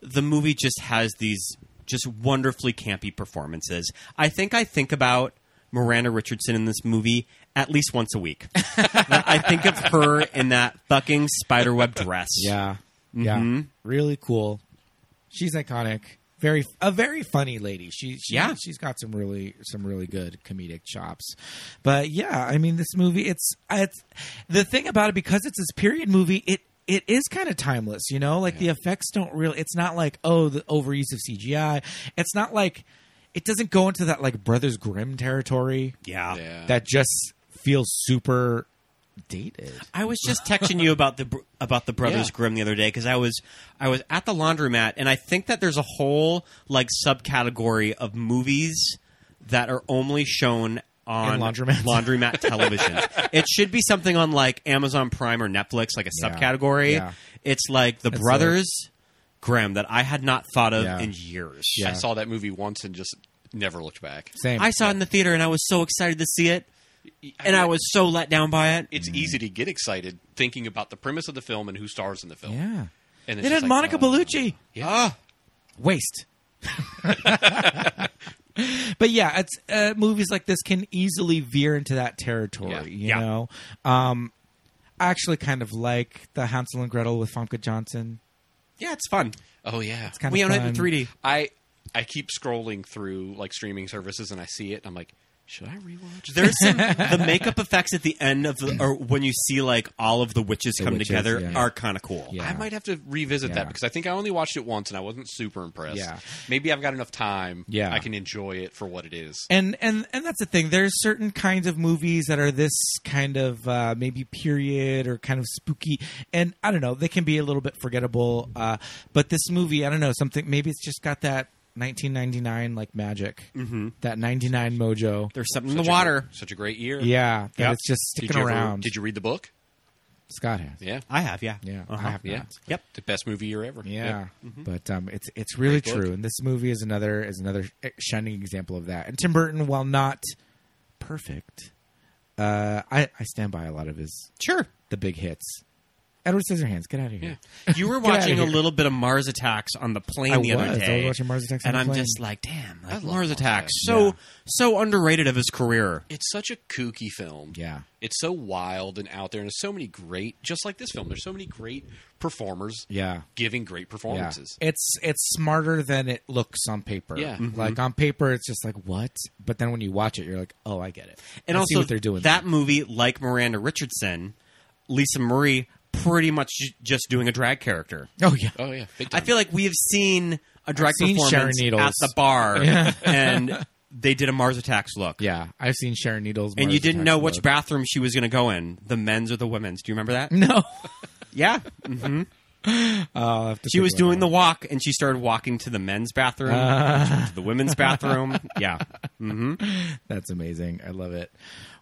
the movie just has these just wonderfully campy performances. I think I think about Miranda Richardson in this movie at least once a week. I think of her in that fucking spiderweb dress. Yeah. Yeah. Mm-hmm. Really cool. She's iconic. Very a very funny lady. She, she Yeah. she's got some really some really good comedic chops. But yeah, I mean this movie it's it's the thing about it because it's this period movie it it is kind of timeless, you know? Like the effects don't really it's not like oh the overuse of CGI. It's not like it doesn't go into that like Brothers Grimm territory Yeah. Yeah. that just feels super dated. I was just texting you about the br- about the Brothers Yeah. Grimm the other day because I was I was at the laundromat and I think that there's a whole like subcategory of movies that are only shown on In laundromats. laundromat television. it should be something on like Amazon Prime or Netflix, like a Yeah. subcategory. Yeah. It's like the It's Brothers Grimm that I had not thought of Yeah. in years. I saw that movie once and just never looked back. Same. I saw it in the theater and I was so excited to see it, and I was so let down by it. It's easy to get excited thinking about the premise of the film and who stars in the film. yeah. And it's It just had like, Monica uh, Bellucci. Yeah. waste. but yeah, it's uh, movies like this can easily veer into that territory. Yeah. You Yeah. know, um, I actually kind of like the Hansel and Gretel with Famke Johnson. Yeah, it's fun. Oh yeah. Kind of we own it fun. in 3D. I I keep scrolling through like streaming services and I see it and I'm like, should I rewatch? There's some the makeup effects at the end of the or when you see like all of the witches come witches, together yeah. are kind of cool. Yeah. I might have to revisit Yeah. that because I think I only watched it once and I wasn't super impressed. Yeah. Maybe I've got enough time. Yeah. I can enjoy it for what it is. And and and that's the thing. There's certain kinds of movies that are this kind of uh, maybe period or kind of spooky, and I don't know. They can be a little bit forgettable. Uh, but this movie, I don't know something. Maybe it's just got that 1999 like magic, mm-hmm. that 99 mojo. There's something in Such the a water. gr- such a great year. Yeah, that Yep. it's just Did sticking you, ever- around. did you read the book? Scott has. Yeah. I have, yeah. Yeah, I Uh-huh. have Yeah. not. Yep. The best movie year ever. Uh, Yeah, but um, it's it's really Great book. true, and this movie is another is another shining example of that. And Tim Burton, while not perfect, uh, I I stand by a lot of his Sure. the big hits. Edward Scissorhands, get out of here. You were Get outta watching a here. little bit of Mars Attacks on the plane I the was. I other was day. watching Mars Attacks on and the I'm plane. just like, damn, like love Mars Mars Attacks. Attacks. So Yeah. so underrated of his career. It's such a kooky film. Yeah. It's so wild and out there, and there's so many great, just like this film, there's so many great performers Yeah. giving great performances. Yeah. It's it's smarter than it looks on paper. Yeah. Mhm. like on paper, it's just like what, but then when you watch it, you're like, oh, I get it. And I also see what they're doing. that movie, like Miranda Richardson, Lisa Marie pretty much j- just doing a drag character. oh yeah, Oh, yeah. Big I time. feel like we have seen a drag seen Sharon performance Needles. at the bar, and they did a Mars Attacks look. yeah. I've seen Sharon Needles, And Mars you didn't Attacks know which look. Mm. bathroom she was going to go in, the men's or the women's. Do you remember that? No, Yeah. I'll have to She was figure it doing the walk, and she started walking to the men's bathroom, she Ah. went to the women's bathroom. Yeah. That's amazing. I love it.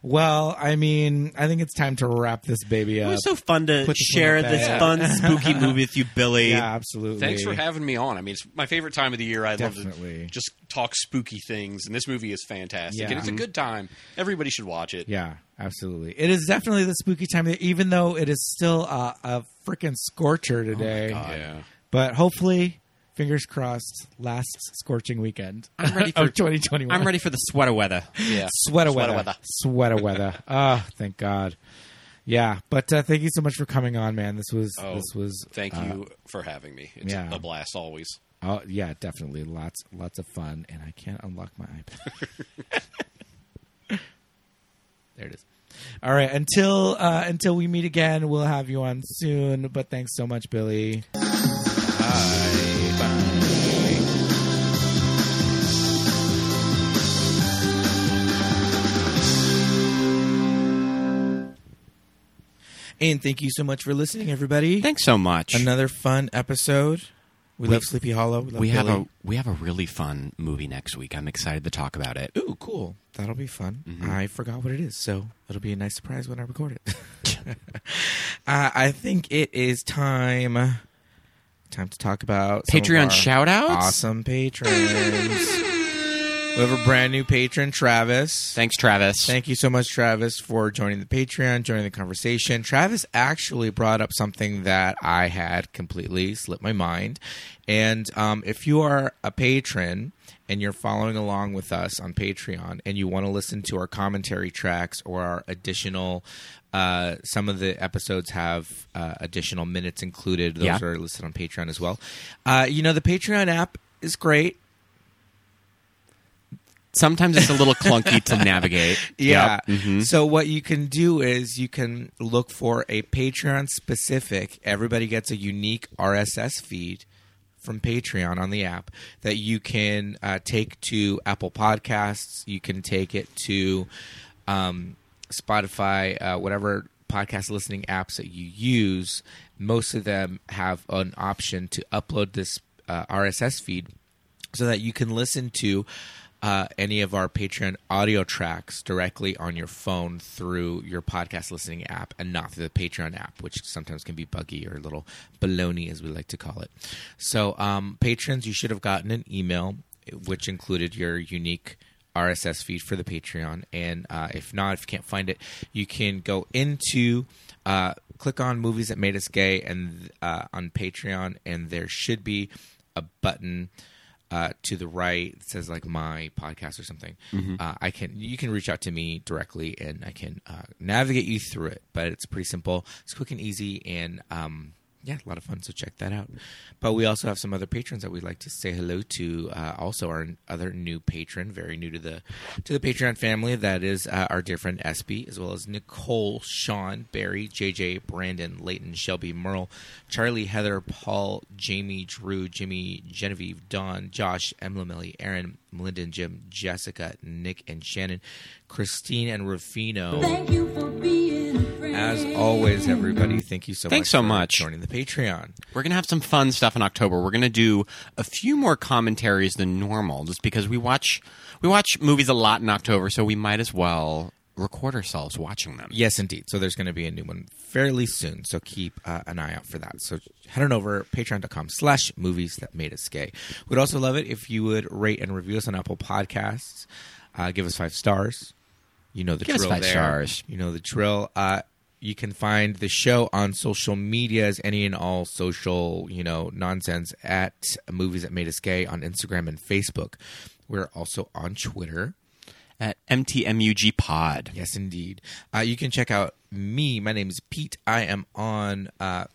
Well, I mean, I think it's time to wrap this baby It up. was so fun to Put the share swing this back. fun, spooky movie with you, Billy. yeah, absolutely. Thanks for having me on. I mean, it's my favorite time of the year. I love Definitely. to just talk spooky things, and this movie is fantastic. Yeah. And it's a Mhm. good time. Everybody should watch it. Yeah, absolutely. It is definitely the spooky time, of the- even though it is still uh, a freaking Oh scorcher today. Yeah. But hopefully, fingers crossed, last scorching weekend I'm ready for- of 2021. I'm ready for the sweater weather. Yeah. Sweater weather. Sweater weather. Sweater weather. Oh, thank God. Yeah, but uh, thank you so much for coming on, man. This was Oh, this was Thank uh, you for having me. It's yeah. a blast always. Oh yeah, definitely. Lots lots of fun, and I can't unlock my iPad. there it is. All right. Until uh, until we meet again, we'll have you on soon. But thanks so much, Billy. And thank you so much for listening, everybody. Thanks so much. Another fun episode. We, love Sleepy Hollow. We, love we have Billy. a we have a really fun movie next week. I'm excited to talk about it. Ooh, cool. That'll be fun. Mm-hmm. I forgot what it is, so it'll be a nice surprise when I record it. uh, I think it is time time to talk about some of Patreon our shout-outs? Awesome patrons. We have a brand new patron, Travis. Thanks, Travis. Thank you so much, Travis, for joining the Patreon, joining the conversation. Travis actually brought up something that I had completely slipped my mind. And um, if you are a patron and you're following along with us on Patreon and you want to listen to our commentary tracks or our additional, uh, some of the episodes have uh, additional minutes included. Those Yeah. are listed on Patreon as well. Uh, you know, the Patreon app is great. Sometimes it's a little clunky to navigate. Yeah. Yep. Mhm. So what you can do is you can look for a Patreon specific. Everybody gets a unique RSS feed from Patreon on the app that you can uh, take to Apple Podcasts. You can take it to um, Spotify, uh, whatever podcast listening apps that you use. Most of them have an option to upload this uh, RSS feed so that you can listen to uh, any of our Patreon audio tracks directly on your phone through your podcast listening app and not through the Patreon app, which sometimes can be buggy or a little baloney, as we like to call it. So, um, patrons, you should have gotten an email which included your unique RSS feed for the Patreon. And uh, if not, if you can't find it, you can go into uh, click on movies that made us gay and uh, on Patreon, and there should be a button uh, to the right that says like my podcast or something. Uh, I can you can reach out to me directly, and I can uh, navigate you through it. But it's pretty simple. It's quick and easy, and um, yeah, a lot of fun. So check that out. But we also have some other patrons that we'd like to say hello to. Uh, also, our other new patron, very new to the to the Patreon family, that is uh, our dear friend Espy, as well as Nicole, Sean, Barry, JJ, Brandon, Leighton, Shelby, Merle, Charlie, Heather, Paul, Jamie, Drew, Jimmy, Genevieve, Don, Josh, Emma, Millie, Aaron, Melinda, and Jim, Jessica, Nick, and Shannon, Christine, and Rufino. As always, everybody, thank you so Thanks much so for much. joining the Patreon. We're going to have some fun stuff in October. We're going to do a few more commentaries than normal just because we watch we watch movies a lot in October, so we might as well record ourselves watching them. Yes, indeed. So there's going to be a new one fairly soon. So keep uh, an eye out for that. So head on over patreon.com slash movies that made us gay. We'd also love it if you would rate and review us on Apple Podcasts. Uh, give us five stars. You know the Give us drill five there. stars. You know the drill. Uh, you can find the show on social medias, any and all social, you know, nonsense at movies that made us gay on Instagram and Facebook. We're also on Twitter. At MTMUG Pod. Yes, indeed. Uh, you can check out me. My name is Pete. I am on uh,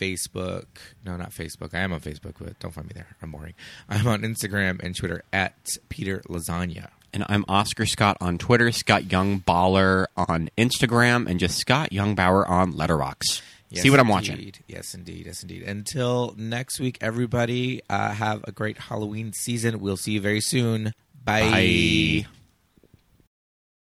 Facebook. No, not Facebook. I am on Facebook, but don't find me there. I'm boring. I'm on Instagram and Twitter at Peter Lasagna. And I'm Oscar Scott on Twitter, Scott Young Baller on Instagram, and just Scott Young Bauer on Letterbox. Yes, See what I'm indeed. watching. Yes, indeed. Yes, indeed. Until next week, everybody, uh, have a great Halloween season. We'll see you very soon. Bye. Bye.